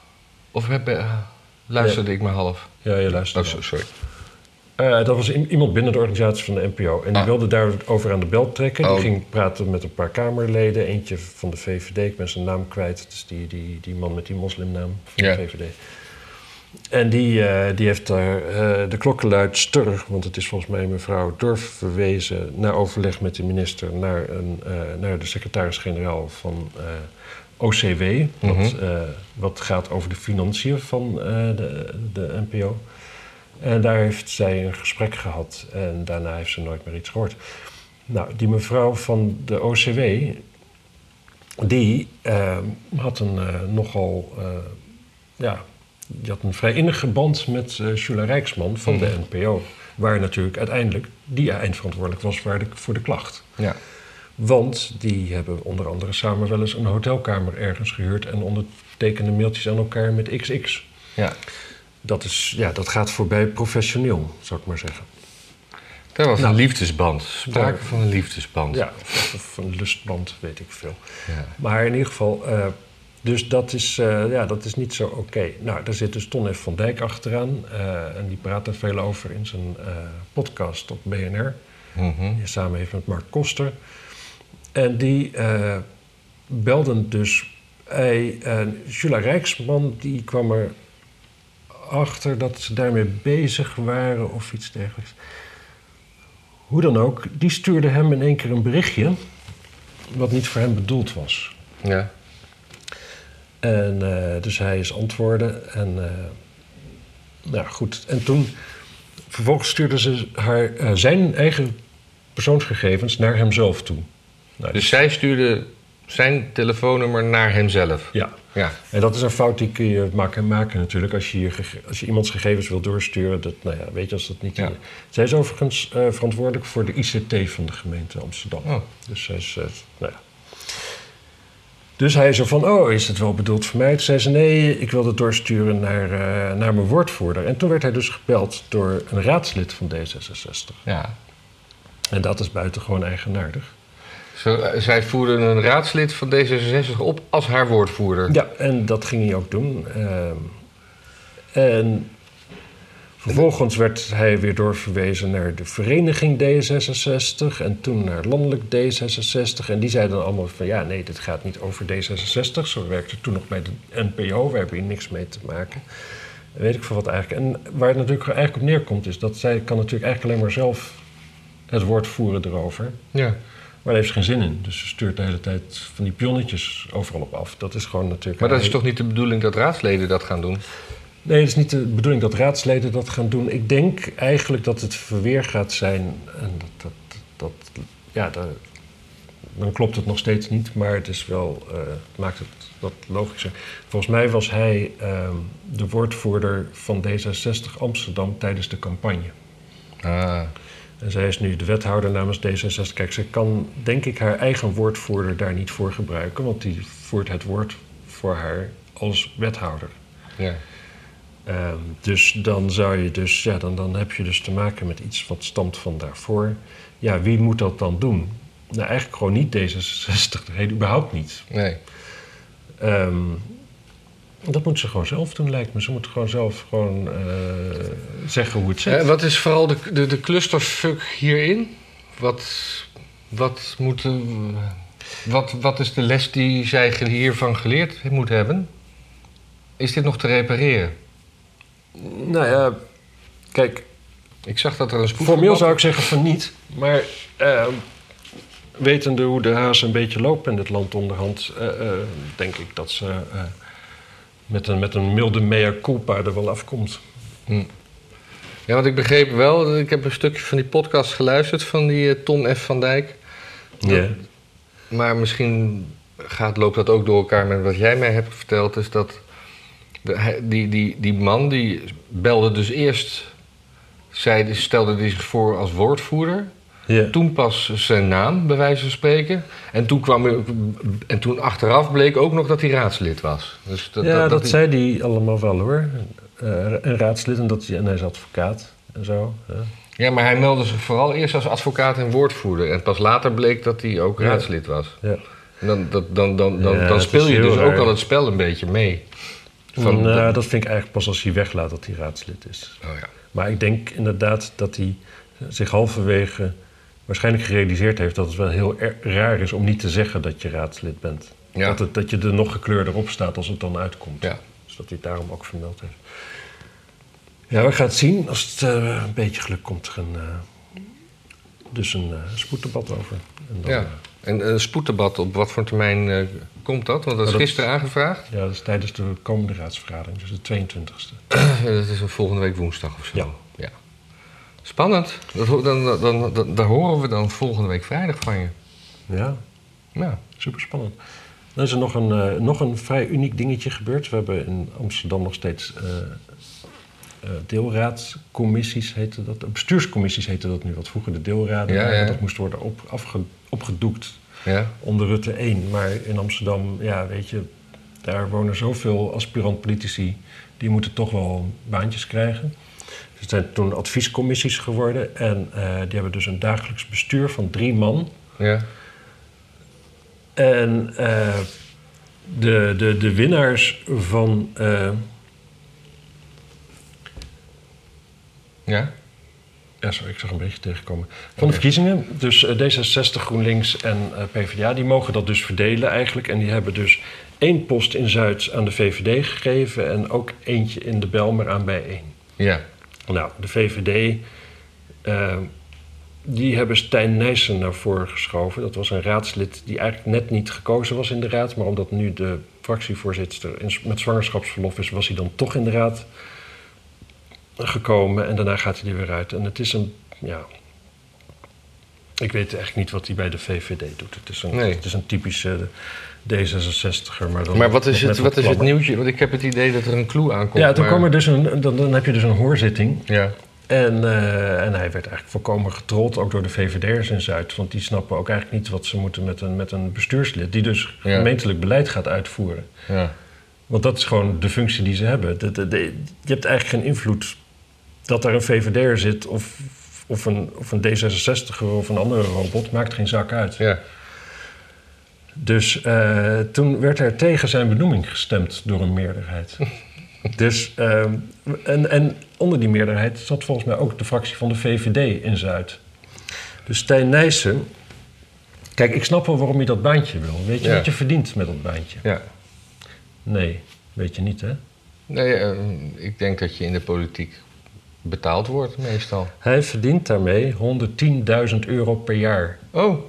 B: Of heb, eh, luisterde ik maar half?
A: Ja, je luistert.
B: Oh,
A: wel.
B: so- sorry.
A: Eh, dat was i- iemand binnen de organisatie van de NPO. En die
B: Ah.
A: wilde daarover aan de bel trekken.
B: Oh.
A: Die ging praten met een paar Kamerleden. Eentje van dus de VVD, ik ben zijn naam kwijt. Het is die, die, die man met die moslimnaam van
B: Ja.
A: de VVD. En die, eh, die heeft daar eh, de klokkenluidster, want het is volgens mij mevrouw Durf verwezen, na overleg met de minister naar, een, eh, naar de secretaris-generaal van eh, OCW. wat,
B: Mhm.
A: eh, wat gaat over de financiën van eh, de, de NPO. En daar heeft zij een gesprek gehad en daarna heeft ze nooit meer iets gehoord. Nou, die mevrouw van de OCW, die eh, had een eh, nogal, eh, ja, die had een vrij innige band met eh Jula Rijksman van de NPO. Waar natuurlijk uiteindelijk die eindverantwoordelijk was waar de- voor de klacht.
B: Ja.
A: Want die hebben onder andere samen wel eens een hotelkamer ergens gehuurd en ondertekende mailtjes aan elkaar met XX.
B: ja.
A: Dat, is, ja, dat gaat voorbij professioneel, zou ik maar zeggen.
B: Daar was
A: Nou.
B: een liefdesband. Sprake
A: Daar-
B: van een liefdesband.
A: Ja, of een lustband, weet ik veel.
B: Ja.
A: Maar in ieder geval, eh, dus dat is, eh, ja, dat is niet zo oké. Nou, daar zit dus Ton F. van Dijk achteraan. eh, en die praat daar veel over in zijn eh, podcast op BNR.
B: Mhm.
A: Die samen heeft met Mark Koster. En die eh, belden dus. Hij, en Jula Rijksman die kwam erachter dat ze daarmee bezig waren of iets dergelijks. Hoe dan ook, die stuurde hem in één keer een berichtje. wat niet voor hem bedoeld was.
B: ja.
A: En eh, dus hij is antwoorden. En eh, nou goed, en toen vervolgens stuurde ze haar, eh, zijn eigen persoonsgegevens naar hemzelf toe. Nou,
B: Dus zij stuurde zijn telefoonnummer naar hemzelf.
A: ja,
B: Ja.
A: en dat is een fout die kun je maken, maken natuurlijk. Als je, je gege- als je iemands gegevens wil doorsturen, dat, nou ja, weet je als dat niet...
B: Ja.
A: Zij is overigens eh, verantwoordelijk voor de ICT van de gemeente Amsterdam.
B: Oh.
A: Dus hij is, eh, nou ja. Dus hij is er van, oh, is het wel bedoeld voor mij? Toen zei ze, nee, ik wil het doorsturen naar, eh, naar mijn woordvoerder. En toen werd hij dus gebeld door een raadslid van D66.
B: ja.
A: En dat is buitengewoon eigenaardig.
B: Zo, eh, zij voerde een raadslid van D66 op als haar woordvoerder.
A: Ja, en dat ging hij ook doen. Ehm, en vervolgens werd hij weer doorverwezen naar de vereniging D66 en toen naar landelijk D66. En die zeiden dan allemaal van ja, nee, dit gaat niet over D66. Zo werkte toen nog bij de NPO, we hebben hier niks mee te maken. Weet ik veel wat eigenlijk. En waar het natuurlijk eigenlijk op neerkomt is dat zij kan natuurlijk eigenlijk alleen maar zelf het woord voeren erover.
B: Ja.
A: Maar daar heeft ze geen zin in. Dus ze stuurt de hele tijd van die pionnetjes overal op af. Dat is gewoon natuurlijk...
B: Maar dat is toch niet de bedoeling dat raadsleden dat gaan doen?
A: Nee, het is niet de bedoeling dat raadsleden dat gaan doen. Ik denk eigenlijk dat het verweer gaat zijn. En dat, dat, dat, ja, daar- dan klopt het nog steeds niet, maar het is wel, eh, het maakt het wat logischer. Volgens mij was hij ehm, de woordvoerder van D66 Amsterdam tijdens de campagne.
B: Ah.
A: En zij is nu de wethouder namens D66. Kijk, ze kan denk ik haar eigen woordvoerder daar niet voor gebruiken, want die voert het woord voor haar als wethouder.
B: Ja.
A: Ehm, dus dan zou je dus, ja, dan, dan heb je dus te maken met iets wat stamt van daarvoor. Ja, wie moet dat dan doen? Nou, eigenlijk gewoon niet D66, nee, überhaupt niet.
B: Nee.
A: Ehm, dat moet ze gewoon zelf doen, lijkt me. Ze moet gewoon zelf gewoon eh, zeggen hoe het zit.
B: Eh, wat is vooral de, de, de clusterfuck hierin? Wat, wat, moeten, wat, wat is de les die zij ge- hiervan geleerd moet hebben? Is dit nog te repareren?
A: Nou ja, kijk,
B: Ik zag dat er een spoed...
A: Formeel zou ik zeggen van niet, maar eh, wetende hoe de haas een beetje loopt in dit land onderhand, eh, eh, denk ik dat ze eh, met, een, met een milde mea culpa er wel afkomt.
B: Ja, want ik begreep wel, ik heb een stukje van die podcast geluisterd van die eh, Ton F. van Dijk. Ja. Maar misschien gaat, loopt dat ook door elkaar met wat jij mij hebt verteld. Is dat de- hij- die, die, die man die belde dus eerst, zei, stelde die zich voor als woordvoerder.
A: Ja.
B: Toen pas zijn naam, bij wijze van spreken. En toen, kwam, en toen achteraf bleek ook nog dat hij raadslid was. Dus dat,
A: ja, dat,
B: hij-
A: zei die allemaal wel hoor. Eh, een raadslid en, dat, en hij is advocaat en zo. hè.
B: ja, maar hij meldde zich vooral eerst als advocaat en woordvoerder. En pas later bleek dat hij ook
A: Ja.
B: raadslid was.
A: Ja.
B: En dan, dat, dan, dan, dan,
A: Ja,
B: dan
A: dat
B: speel
A: is
B: je
A: heel
B: dus ook
A: raar.
B: al het spel een beetje mee. Van,
A: Nou, dat vind ik eigenlijk pas als hij weglaat dat hij raadslid is.
B: oh ja.
A: Maar ik denk inderdaad dat hij eh, zich halverwege waarschijnlijk gerealiseerd heeft dat het wel heel er- raar is om niet te zeggen dat je raadslid bent.
B: Ja.
A: Dat, het, dat je er nog gekleurder op staat als het dan uitkomt.
B: Ja.
A: Dus dat hij het daarom ook vermeld heeft. Ja, we gaan het zien als het eh, een beetje geluk komt. Er een, eh, dus een eh, spoeddebat over. En dan, eh,
B: Ja. En een spoeddebat, op wat voor termijn eh, komt dat? Want dat
A: Nou,
B: is
A: dat-
B: gisteren aangevraagd.
A: Ja, dat is tijdens de komende raadsvergadering, dus de 22e.
B: Ja, Eh, dat is volgende week woensdag of zo.
A: Ja.
B: Ja. Spannend. Dat, ho- dan, dan, dan, dan- daar horen we dan volgende week vrijdag van je.
A: Ja,
B: Ja.
A: super spannend. Dan is er nog een, eh, nog een vrij uniek dingetje gebeurd. We hebben in Amsterdam nog steeds eh, eh, deelraadcommissies, heette dat. Eh, Bestuurscommissies heette dat nu, wat vroeger de deelraden
B: Ja,
A: waren.
B: ja.
A: Dat moest worden op, afge- opgedoekt
B: ja.
A: onder Rutte 1. Maar in Amsterdam, ja, weet je, daar wonen zoveel aspirant-politici. Die moeten toch wel baantjes krijgen. Dus het zijn toen adviescommissies geworden. En eh, die hebben dus een dagelijks bestuur van drie man.
B: ja.
A: En eh, de, de, de winnaars van. eh,
B: Ja.
A: ja, sorry, ik zag een beetje tegenkomen. Van de verkiezingen, dus eh, D66, GroenLinks en eh, PvdA, die mogen dat dus verdelen eigenlijk. En die hebben dus één post in Zuid aan de VVD gegeven en ook eentje in de Belmer aan bijeen.
B: Ja.
A: Nou, de VVD, eh, die hebben Stijn Nijssen naar voren geschoven. Dat was een raadslid die eigenlijk net niet gekozen was in de raad. Maar omdat nu de fractievoorzitter in- met zwangerschapsverlof is, was hij dan toch in de raad gekomen. En daarna gaat hij er weer uit. En het is een, ja... Ik weet eigenlijk niet wat hij bij de VVD doet. Het is een,
B: Nee.
A: het is een typische D66er. Maar, dan
B: Maar wat is
A: met
B: het, wat is het
A: plammen.
B: nieuwtje? Want ik heb het idee dat er een clue aankomt.
A: Ja, toen
B: maar-
A: kwam er dus een, dan, dan heb je dus een hoorzitting.
B: Ja.
A: En, eh, en hij werd eigenlijk volkomen getrold, ook door de VVD'ers in Zuid. Want die snappen ook eigenlijk niet wat ze moeten met een, met een bestuurslid... die dus
B: Ja.
A: gemeentelijk beleid gaat uitvoeren.
B: Ja.
A: Want dat is gewoon de functie die ze hebben. De- de- de- je hebt eigenlijk geen invloed dat daar een VVD'er zit... of, of een, of een D66 of een andere robot, maakt geen zak uit.
B: Ja.
A: Dus eh, toen werd er tegen zijn benoeming gestemd door een meerderheid. dus, ehm, en, en onder die meerderheid zat volgens mij ook de fractie van de VVD in Zuid. Dus Stijn Nijssen... Kijk, ik snap wel waarom je dat baantje wil. Weet je
B: Ja.
A: wat je verdient met dat baantje?
B: ja.
A: Nee, weet je niet, hè?
B: Nee, eh, ik denk dat je in de politiek betaald wordt meestal.
A: Hij verdient daarmee 110.000 euro per jaar...
B: Oh,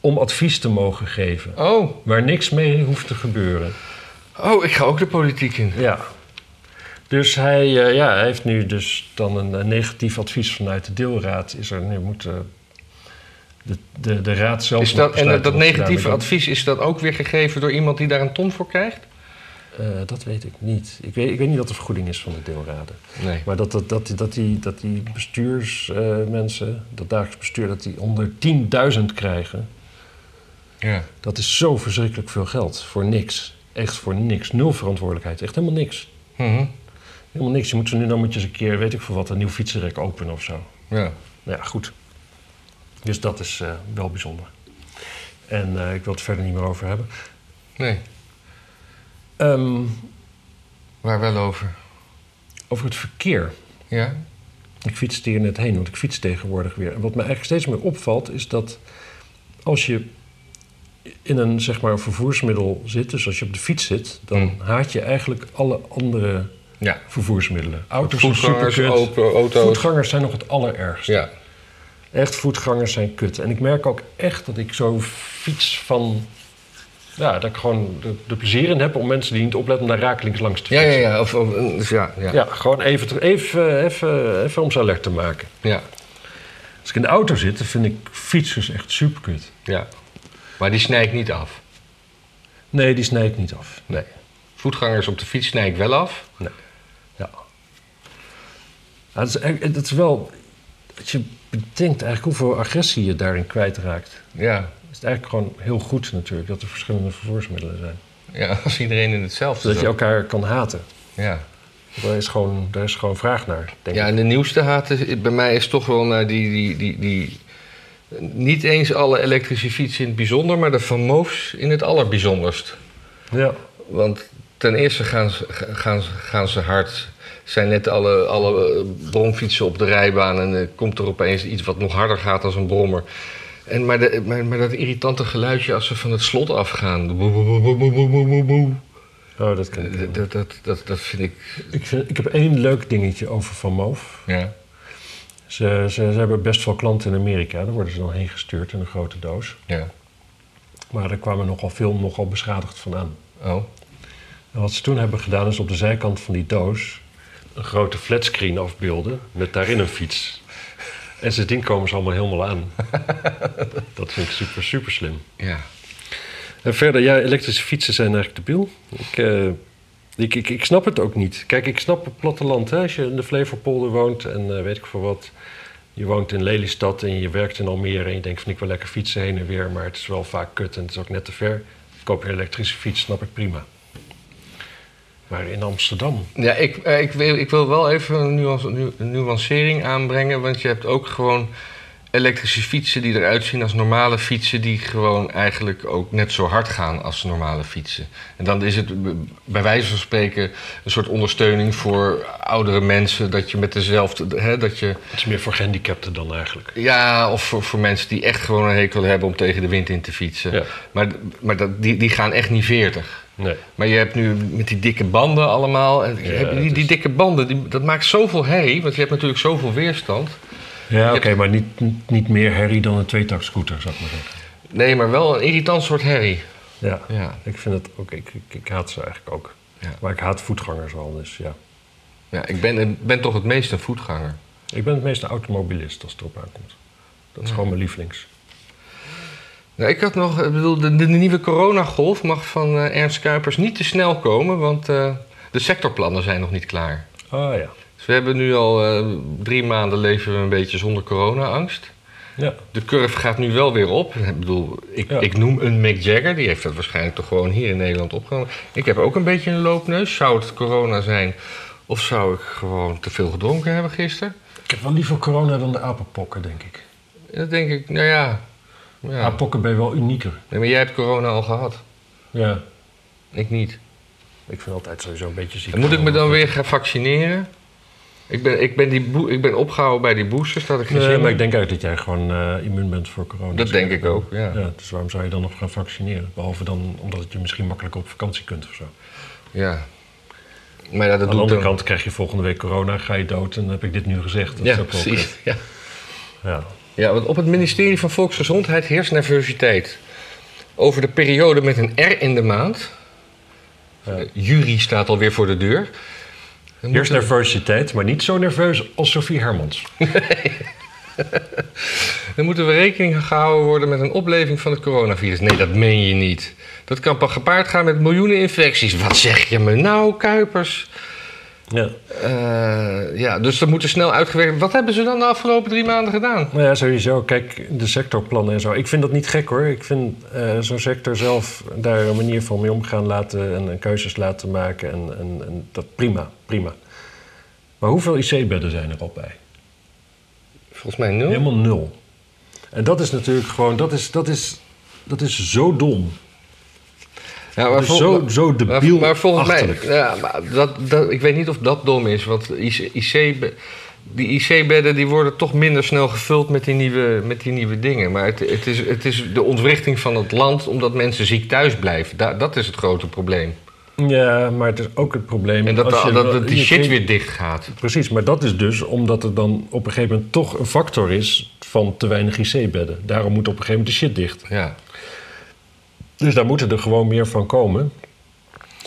A: om advies te mogen geven.
B: oh,
A: Waar niks mee hoeft te gebeuren.
B: oh, ik ga ook de politiek in.
A: Ja. Dus hij, eh, ja, hij heeft nu dus dan een, eh, negatief advies vanuit de deelraad. Is er nu moet eh, de, de, de raad zelf.
B: Is
A: nog
B: dat, en
A: besluiten
B: dat, dat
A: wat ze
B: negatieve
A: daarmee
B: advies, is dat ook weer gegeven door iemand die daar een ton voor krijgt?
A: doen. Eh, dat weet ik niet. Ik weet, ik weet niet wat de vergoeding is van de deelraden.
B: Nee.
A: Maar dat, dat, dat, die- dat, die, dat die bestuursmensen, dat dagelijks bestuur, dat die onder 10.000 krijgen.
B: Ja.
A: Dat is zo verschrikkelijk veel geld. Voor niks. Echt voor niks. Nul verantwoordelijkheid. Echt helemaal niks.
B: Mhm.
A: Helemaal niks. Je moet ze nu dan moet je eens een keer, weet ik veel wat, een nieuw fietsenrek openen of zo.
B: ja.
A: Nou ja, goed. Dus dat is eh, wel bijzonder. En eh, ik wil het verder niet meer over hebben.
B: Nee,
A: Ehm,
B: waar wel over.
A: over het verkeer.
B: Ja?
A: Ik fietste hier net heen, want ik fiets tegenwoordig weer. En wat me eigenlijk steeds meer opvalt, is dat als je in een zeg maar, vervoersmiddel zit, dus als je op de fiets zit, dan
B: Mm.
A: haat je eigenlijk alle andere
B: Ja.
A: vervoersmiddelen. Auto's zijn
B: Voetgangers,
A: superkut.
B: auto- auto's.
A: Voetgangers zijn nog het allerergste.
B: Ja.
A: Echt, voetgangers zijn kut. En ik merk ook echt dat ik zo fiets van... Ja, dat ik gewoon de, de plezier in heb om mensen die niet opletten... om daar rakelings langs te
B: Ja,
A: fietsen.
B: ja, ja. Of, of, dus ja, ja.
A: Ja, gewoon even, te- even, even, even om ze alert te maken.
B: ja.
A: Als ik in de auto zit, dan vind ik fietsers echt superkut.
B: Ja. Maar die snijdt niet af.
A: Nee, die snij ik niet af.
B: Nee. Voetgangers op de fiets snij ik wel af.
A: Ja. Ja, dat, is, echt- dat is wel... Dat je bedenkt eigenlijk hoeveel agressie je daarin kwijtraakt.
B: Ja.
A: Het is eigenlijk gewoon heel goed natuurlijk... dat er verschillende vervoersmiddelen zijn.
B: Ja, als iedereen in hetzelfde
A: Zodat je
B: zat.
A: elkaar kan haten.
B: Ja.
A: Daar is gewoon, daar is gewoon vraag naar, denk
B: Ja,
A: ik.
B: en de nieuwste haat is, bij mij is toch wel naar die, die, die, die. Niet eens alle elektrische fietsen in het bijzonder, maar de Van Moofs in het allerbijzonderst.
A: Ja.
B: Want ten eerste gaan ze, gaan, ze- gaan ze hard. Zijn net alle, alle eh, bromfietsen op de rijbaan en eh, komt er opeens iets wat nog harder gaat dan een brommer. En maar, de, maar, maar dat irritante geluidje als ze van het slot afgaan. Boe, boe, boe, boe, boe, boe, boe, boe.
A: Oh, dat kan ik wel.
B: Dat, dat, dat, dat vind ik...
A: ik, vind- ik heb één leuk dingetje over Van Moof.
B: Ja.
A: Ze, ze, ze hebben best veel klanten in Amerika. Daar worden ze dan heen gestuurd in een grote doos.
B: ja.
A: Maar er kwamen nogal veel nogal beschadigd van aan.
B: Oh.
A: En wat ze toen hebben gedaan is op de zijkant van die doos een grote flatscreen afbeelden met daarin een fiets. En sindsdien komen ze allemaal helemaal aan. Dat vind ik super, super slim.
B: Ja.
A: En verder, ja, elektrische fietsen zijn eigenlijk debiel. Ik, eh, ik, ik, ik snap het ook niet. Kijk, ik snap het platteland. Hè? Als je in de Flevopolder woont en eh, weet ik veel wat. Je woont in Lelystad en je werkt in Almere. En je denkt van ik wil lekker fietsen heen en weer. Maar het is wel vaak kut en het is ook net te ver. Koop je een elektrische fiets, snap ik prima. Maar in Amsterdam.
B: Ja, ik, eh, ik, wil, ik wil wel even een, nuance, nu- een nuancering aanbrengen. Want je hebt ook gewoon elektrische fietsen die eruit zien als normale fietsen. Die gewoon eigenlijk ook net zo hard gaan als normale fietsen. En dan is het b- bij wijze van spreken een soort ondersteuning voor oudere mensen. Dat je met dezelfde. Hè, dat je,
A: Het is meer voor gehandicapten dan eigenlijk.
B: ja, of voor, voor mensen die echt gewoon een hekel hebben om tegen de wind in te fietsen.
A: Ja.
B: Maar, maar dat, die, die gaan echt niet 40.
A: Nee.
B: Maar je hebt nu met die dikke banden allemaal. En
A: Ja,
B: heb je die,
A: het is-
B: die dikke banden, die, dat maakt zoveel herrie. Want je hebt natuurlijk zoveel weerstand.
A: Ja, oké, maar niet, niet, niet meer herrie dan een tweetakscooter, zou ik maar zeggen.
B: Nee, maar wel een irritant soort herrie.
A: Ja.
B: Ja.
A: Ik vind het ook, ik, ik, ik haat ze eigenlijk ook.
B: Ja.
A: Maar ik haat voetgangers wel, dus ja.
B: ja ik ben, ik ben toch het meest een voetganger.
A: Ik ben het meeste automobilist als het erop aankomt. Dat is gewoon mijn lievelings.
B: Nou, ik had nog, ik bedoel, de, de nieuwe coronagolf mag van eh, Ernst Kuipers niet te snel komen. Want eh, de sectorplannen zijn nog niet klaar.
A: Ah ja.
B: Dus we hebben nu al eh, drie maanden leven we een beetje zonder corona-angst.
A: Ja,
B: De curve gaat nu wel weer op. Ik bedoel, ik,
A: Ja.
B: ik noem een Mick Jagger. Die heeft dat waarschijnlijk toch gewoon hier in Nederland opgenomen. Ik heb ook een beetje een loopneus. Zou het corona zijn? Of zou ik gewoon te veel gedronken hebben gisteren?
A: ik heb wel liever corona dan de apenpokken, denk ik.
B: En dan denk ik, nou ja. ja.
A: Apenpokken ben je wel unieker.
B: Nee, maar jij hebt corona al gehad.
A: Ja.
B: Ik niet.
A: Ik vind altijd sowieso een beetje ziek.
B: En moet ik me dan weer gaan vaccineren? Ik ben, ik ben, die boe- ik ben opgehouden bij die boosters. Dat had ik geen
A: Nee,
B: zin
A: maar
B: in.
A: ik denk uit dat jij gewoon eh, immuun bent voor corona.
B: Dat denk ik ook, ja.
A: Ja, dus waarom zou je dan nog gaan vaccineren? Behalve dan omdat het je misschien makkelijker op vakantie kunt of zo.
B: ja. Maar ja, dat
A: Aan de
B: doe ik
A: andere
B: dan.
A: kant krijg je volgende week corona, ga je dood en dan heb ik dit nu gezegd. Dat is
B: ja,
A: ook wel kut.
B: precies. Ja.
A: Ja.
B: Ja, want op het ministerie van Volksgezondheid heerst nervositeit. Over de periode met een R in de maand.
A: Ja.
B: Eh, jury staat alweer voor de deur. Dan
A: Eerst
B: moeten-
A: nervositeit, maar niet zo nerveus als Sophie Hermans.
B: Dan moeten we rekening gehouden worden met een opleving van het coronavirus. Nee, dat meen je niet. Dat kan pas gepaard gaan met miljoenen infecties. Wat zeg je me nou, Kuipers?
A: Ja.
B: Eh, ja, dus dat moet er snel uitgewerkt Wat hebben ze dan de afgelopen drie maanden gedaan?
A: Nou ja, sowieso. Kijk, de sectorplannen en zo. Ik vind dat niet gek hoor. Ik vind eh, zo'n sector zelf daar een manier van mee omgaan laten en, en keuzes laten maken. En, en, en dat prima, prima. Maar hoeveel IC-bedden zijn er al bij?
B: Volgens mij nul.
A: Helemaal nul. En dat is natuurlijk gewoon, dat is, dat is, dat is zo dom.
B: Ja,
A: Dat is
B: vol-
A: zo, zo
B: Maar,
A: debiel
B: maar volgens mij,
A: achterlijk.
B: ja, maar dat, dat, ik weet niet of dat dom is, want IC, IC be- die IC-bedden die worden toch minder snel gevuld met die nieuwe, met die nieuwe dingen. Maar het, het, is, het is de ontwrichting van het land omdat mensen ziek thuis blijven. Da- dat is het grote probleem.
A: Ja, maar het is ook het probleem.
B: En dat,
A: als je-
B: dat, dat die
A: je
B: shit
A: kunt-
B: weer dicht gaat.
A: Precies, maar dat is dus omdat er dan op een gegeven moment toch een factor is van te weinig IC-bedden. Daarom moet op een gegeven moment de shit dicht.
B: Ja.
A: Dus daar moeten er gewoon meer van komen.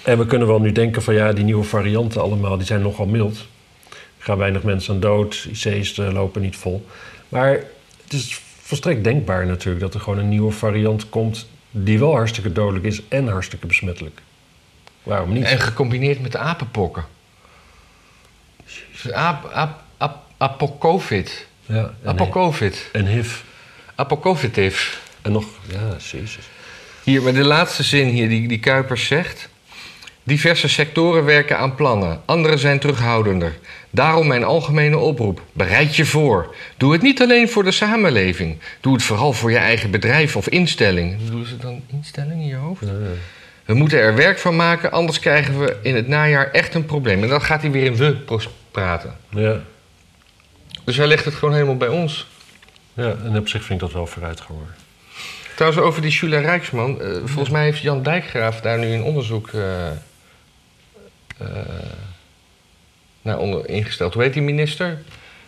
A: En we kunnen wel nu denken van ja, die nieuwe varianten allemaal, die zijn nogal mild. Er gaan weinig mensen aan dood, IC's eh, lopen niet vol. Maar het is volstrekt denkbaar natuurlijk dat er gewoon een nieuwe variant komt die wel hartstikke dodelijk is en hartstikke besmettelijk. Waarom niet?
B: En gecombineerd met de apenpokken. Dus Ap, ap, ap, apocovid.
A: Ja, en,
B: Apocovid.
A: en HIV.
B: Apocovitiv.
A: En nog, ja, jezus.
B: Hier, maar de laatste zin hier die, die Kuipers zegt. Diverse sectoren werken aan plannen, andere zijn terughoudender. Daarom mijn algemene oproep: bereid je voor. Doe het niet alleen voor de samenleving. Doe het vooral voor je eigen bedrijf of instelling. Doen ze dan instelling in je hoofd? We moeten er werk van maken, anders krijgen we in het najaar echt een probleem. En dan gaat hij weer in we pros- praten.
A: Ja.
B: Dus hij legt het gewoon helemaal bij ons.
A: Ja, en op zich vind ik dat wel vooruitgang hoor.
B: Trouwens, over die Julia Rijksman. eh, volgens mij heeft Jan Dijkgraaf daar nu een onderzoek eh, eh, nou, onder, ingesteld. Hoe heet die minister?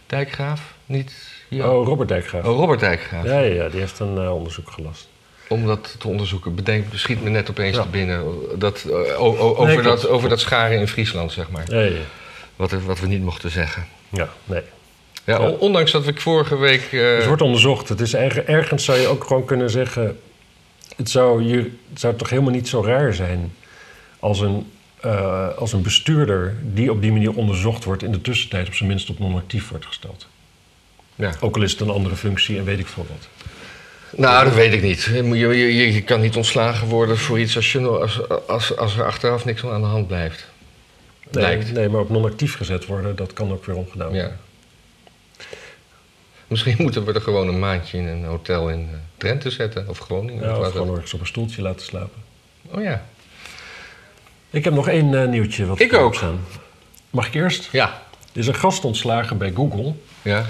B: Dijkgraaf? Niet hier.
A: Oh, Robert Dijkgraaf.
B: Oh, Robert Dijkgraaf.
A: Ja, ja, ja, die heeft een eh, onderzoek gelast.
B: Om dat te onderzoeken. Bedenk, schiet me net opeens
A: Ja.
B: te binnen. Dat, eh, o- o- over,
A: Nee, klopt.
B: dat, over dat scharen in Friesland, zeg maar.
A: Ja, ja, ja.
B: Wat, wat we niet mochten zeggen.
A: Ja, nee.
B: Ja,
A: Ja.
B: Ondanks dat ik vorige week... eh,
A: Het wordt onderzocht. Het is erg, ergens zou je ook gewoon kunnen zeggen... Het zou, je, het zou toch helemaal niet zo raar zijn... Als een, eh, als een bestuurder die op die manier onderzocht wordt... in de tussentijd op zijn minst op non-actief wordt gesteld.
B: ja.
A: Ook al is het een andere functie en weet ik veel wat.
B: Nou, dat weet ik niet. Je, moet- je, je, je kan niet ontslagen worden voor iets als, je, no- als, als, als er achteraf niks aan de hand blijft.
A: Nee,
B: Lijkt.
A: nee maar op non-actief gezet worden, dat kan ook weer omgedaan worden.
B: Ja. Misschien moeten we er gewoon een maandje in een hotel in eh, Drenthe zetten. Of Groningen.
A: Ja,
B: of
A: of
B: waar
A: gewoon
B: dat-
A: ergens op een stoeltje laten slapen.
B: Oh ja.
A: Ik heb nog één eh, nieuwtje. Wat
B: Ik
A: erop
B: ook.
A: staan. Mag ik eerst?
B: Ja.
A: Er is een gast ontslagen bij Google.
B: Ja.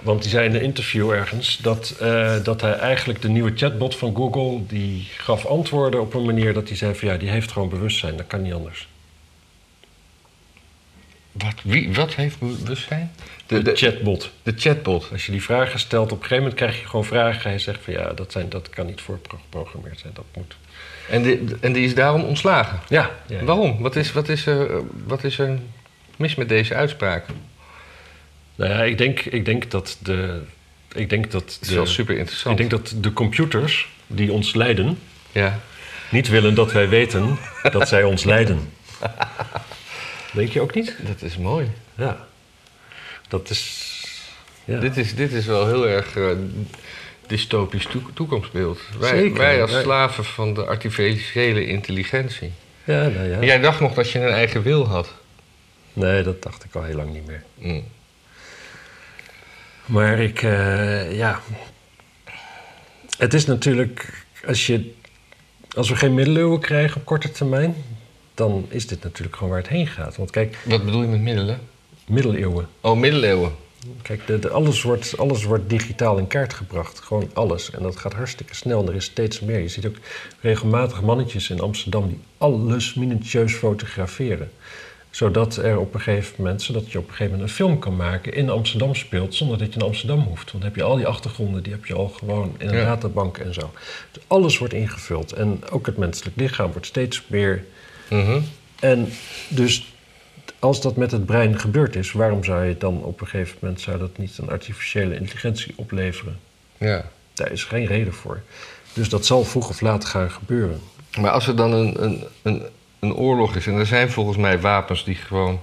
A: Want die zei in een interview ergens dat, eh, dat hij eigenlijk de nieuwe chatbot van Google... die gaf antwoorden op een manier dat hij zei van... ja, die heeft gewoon bewustzijn, dat kan niet anders.
B: Wat, wie, wat heeft bewustzijn?
A: De, chatbot.
B: de chatbot.
A: Als je die vragen stelt, op een gegeven moment krijg je gewoon vragen. Hij zegt van ja, dat, zijn, dat kan niet voorgeprogrammeerd zijn, dat moet...
B: En, die- en die is daarom ontslagen.
A: Ja, ja.
B: Waarom? Wat is, wat, is er, wat is er mis met deze uitspraak? Het
A: Nou ja, ik denk, ik denk dat de... Ik denk dat
B: is
A: de,
B: wel super interessant.
A: ik denk dat de computers die ons leiden...
B: Ja.
A: niet willen dat wij weten dat zij ons leiden. Denk je ook niet?
B: Dat is mooi.
A: Ja. Dat is... Ja.
B: Dit, is, dit is wel heel erg eh, dystopisch toek- toekomstbeeld. Wij,
A: Zeker.
B: wij als
A: Wij-
B: slaven van de artificiële intelligentie.
A: ja, nou ja.
B: Jij dacht nog dat je een eigen wil had.
A: Nee, dat dacht ik al heel lang niet meer.
B: Mm.
A: Maar ik, eh, ja. Het is natuurlijk, als, je, als we geen middeleeuwen krijgen op korte termijn, dan is dit natuurlijk gewoon waar het heen gaat. Want kijk,
B: Wat bedoel je met middelen?
A: middeleeuwen.
B: Oh, middeleeuwen.
A: Kijk, de, de- alles, wordt, alles wordt digitaal in kaart gebracht. Gewoon alles. En dat gaat hartstikke snel. En er is steeds meer. Je ziet ook regelmatig mannetjes in Amsterdam die alles minutieus fotograferen. Zodat er op een gegeven moment, zodat je op een gegeven moment een film kan maken in Amsterdam speelt, zonder dat je naar Amsterdam hoeft. Want dan heb je al die achtergronden, die heb je al gewoon in een
B: Ja.
A: databank en zo. Dus alles wordt ingevuld. En ook het menselijk lichaam wordt steeds meer
B: Mhm.
A: en dus als dat met het brein gebeurd is, waarom zou je dan op een gegeven moment zou dat niet een artificiële intelligentie opleveren?
B: Ja.
A: Daar is geen reden voor. Dus dat zal vroeg of laat gaan gebeuren.
B: Maar als er dan een, een, een, een oorlog is, en er zijn volgens mij wapens die gewoon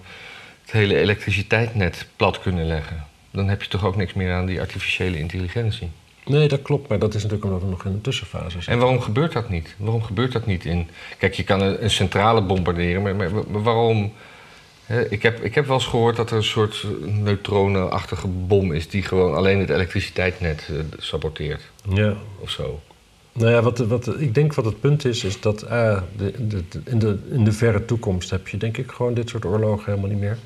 B: het hele elektriciteitsnet plat kunnen leggen, dan heb je toch ook niks meer aan die artificiële intelligentie.
A: Nee, dat klopt, maar dat is natuurlijk omdat we nog in een tussenfase zijn.
B: En waarom gebeurt dat niet? Waarom gebeurt dat niet in. Kijk, je kan een, een centrale bombarderen, maar, maar, maar waarom. hè, ik, heb, ik heb wel eens gehoord dat er een soort neutronenachtige bom is die gewoon alleen het elektriciteitsnet eh, saboteert
A: Ja.
B: of zo.
A: Nou ja, wat, wat, ik denk wat het punt is, is dat A, de, de- de- in, de, in de verre toekomst heb je denk ik gewoon dit soort oorlogen helemaal niet meer.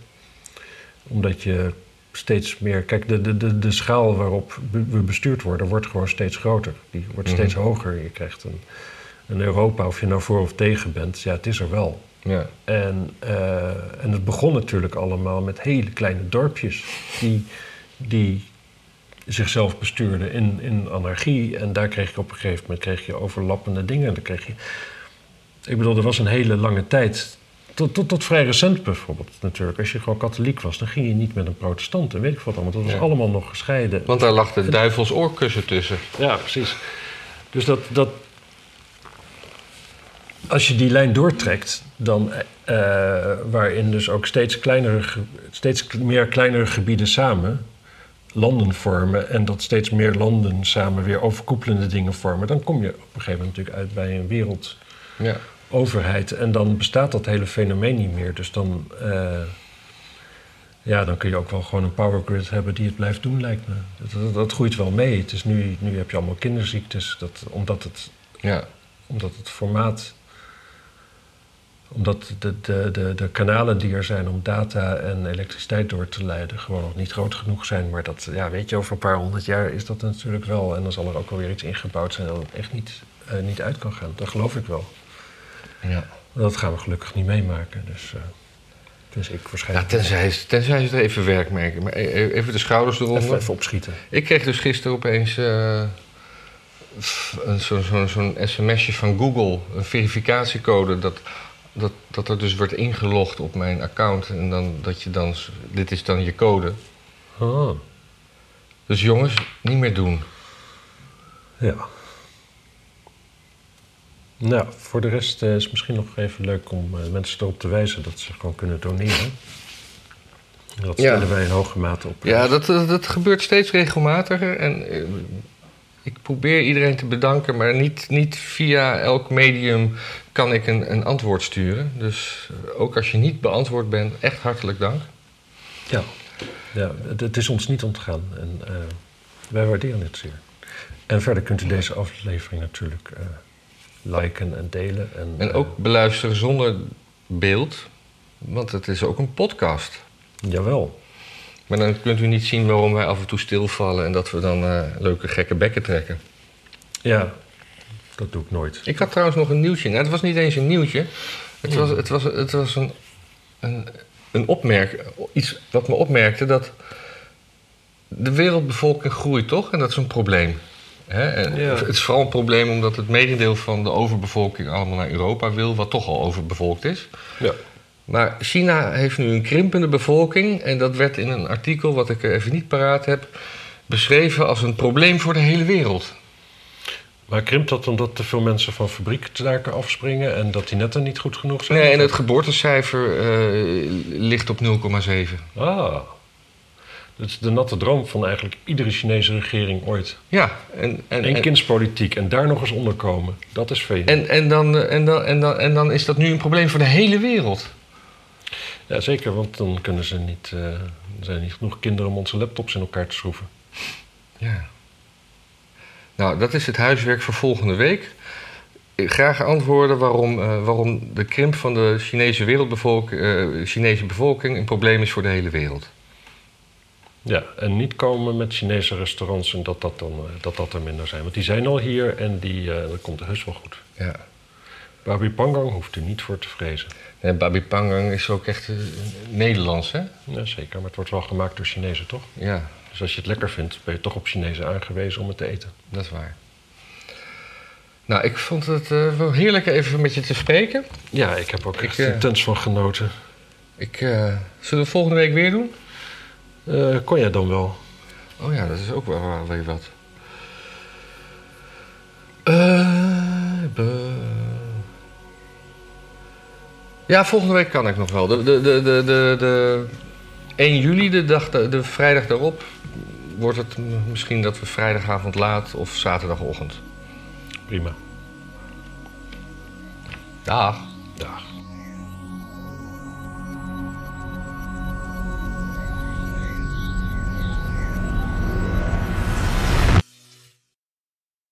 A: Omdat je steeds meer... Kijk, de, de, de, de schaal waarop be- we bestuurd worden, wordt gewoon steeds groter. Die wordt steeds hoger. Je krijgt een, een Europa, of je nou voor of tegen bent. Ja, het is er wel.
B: Ja.
A: En, eh, en het begon natuurlijk allemaal met hele kleine dorpjes die, die zichzelf bestuurden in, in anarchie. En daar kreeg je op een gegeven moment kreeg je overlappende dingen. Dan kreeg je, ik bedoel, er was een hele lange tijd. Tot, tot, tot vrij recent bijvoorbeeld natuurlijk. Als je gewoon katholiek was, dan ging je niet met een protestant en weet ik wat allemaal. Dat was
B: Ja.
A: allemaal nog gescheiden.
B: Want daar lag de duivels oorkussen tussen.
A: Ja, precies. Dus dat, dat. Als je die lijn doortrekt, dan. eh, waarin dus ook steeds, kleinere, ge- steeds k- meer kleinere gebieden samen landen vormen. en dat steeds meer landen samen weer overkoepelende dingen vormen. dan kom je op een gegeven moment natuurlijk uit bij een wereldoverheid.
B: Ja.
A: En dan bestaat dat hele fenomeen niet meer. Dus dan. eh, ja, dan kun je ook wel gewoon een power grid hebben die het blijft doen, lijkt me. Dat, dat, dat groeit wel mee. Het is nu, nu heb je allemaal kinderziektes, dat, omdat, het,
B: ja.
A: omdat het formaat... Omdat de, de, de, de kanalen die er zijn om data en elektriciteit door te leiden... gewoon nog niet groot genoeg zijn. Maar dat, ja, weet je, over een paar honderd jaar is dat natuurlijk wel. En dan zal er ook alweer iets ingebouwd zijn dat het echt niet, eh, niet uit kan gaan. Dat geloof ik wel.
B: ja.
A: Dat gaan we gelukkig niet meemaken. Dus, eh, Dus ik
B: Ja,
A: waarschijnlijk
B: tenzij, ze- tenzij ze er even werk merken. Maar e- e- even de schouders eronder.
A: even, even opschieten.
B: Ik kreeg dus gisteren opeens eh, f- een zo'n zo'n- zo'n sms'je van Google, een verificatiecode, dat, dat, dat er dus wordt ingelogd op mijn account. En dan, dat je dan, s- dit is dan je code.
A: Ah,
B: Dus jongens, niet meer doen.
A: ja. Nou, voor de rest eh, is het misschien nog even leuk om eh, mensen erop te wijzen dat ze gewoon kunnen doneren. Dat
B: Ja.
A: stellen wij in hoge mate op.
B: Ja, dat, dat, dat gebeurt steeds regelmatiger. En eh, ik probeer iedereen te bedanken, maar niet, niet via elk medium kan ik een, een antwoord sturen. Dus eh, ook als je niet beantwoord bent, echt hartelijk dank.
A: Ja, ja het, het is ons niet ontgaan en eh, wij waarderen het zeer. En verder kunt u deze aflevering natuurlijk eh, liken en delen. En,
B: En
A: eh,
B: ook beluisteren zonder beeld, want het is ook een podcast.
A: eh, jawel,
B: Maar dan kunt u niet zien waarom wij af en toe stilvallen en dat we dan eh, leuke gekke bekken trekken.
A: ja, dat doe ik nooit.
B: Ik had trouwens nog een nieuwtje. Nou, het was niet eens een nieuwtje. Het was, het was, het was een, een, een opmerk, iets wat me opmerkte dat de wereldbevolking groeit toch? En dat is een probleem. Hè? En
A: Ja.
B: Het is vooral een probleem omdat het merendeel van de overbevolking allemaal naar Europa wil, wat toch al overbevolkt is.
A: Ja.
B: Maar China heeft nu een krimpende bevolking en dat werd in een artikel wat ik even niet paraat heb beschreven als een probleem voor de hele wereld.
A: Maar krimpt dat omdat te veel mensen van fabriektaken afspringen en dat die netten niet goed genoeg zijn?
B: Nee, en het geboortecijfer eh, ligt op 0,7.
A: Ah, dat is de natte droom van eigenlijk iedere Chinese regering ooit.
B: Ja, en, en,
A: Eén
B: en,
A: kindspolitiek en daar nog eens onderkomen, dat is veel.
B: en, en, dan, eh, en, dan, en, dan, en dan is dat nu een probleem voor de hele wereld.
A: Ja, zeker, want dan kunnen ze niet, eh, er zijn niet genoeg kinderen om onze laptops in elkaar te schroeven.
B: Ja. Nou, dat is het huiswerk voor volgende week. Eh, Graag antwoorden waarom, eh, waarom de krimp van de Chinese, wereldbevolk, eh, Chinese bevolking een probleem is voor de hele wereld.
A: Ja, en niet komen met Chinese restaurants en dat dat, dan, eh, dat, dat er minder zijn. Want die zijn al hier en die, eh, dat komt heus wel goed.
B: Ja.
A: Babi Pangang hoeft u niet voor te vrezen.
B: En Babi Pangang is ook echt eh, Nederlands, hè?
A: Ja, zeker, maar het wordt wel gemaakt door Chinezen, toch?
B: Ja,
A: Dus als je het lekker vindt, ben je toch op Chinezen aangewezen om het te eten.
B: dat is waar. Nou, ik vond het eh, wel heerlijk even met je te spreken.
A: Ja, ik heb ook echt
B: Ik, eh,
A: intens van genoten.
B: Ik, eh, zullen we volgende week weer doen?
A: Eh, kon jij dan wel?
B: Oh ja, dat is ook wel, wel weer wat. Eh, be- Ja, volgende week kan ik nog wel. De, de, de, de, de, de 1 juli, de, dag, da- de vrijdag daarop, wordt het m- misschien dat we vrijdagavond laat of zaterdagochtend.
A: Prima.
B: Dag.
A: Dag.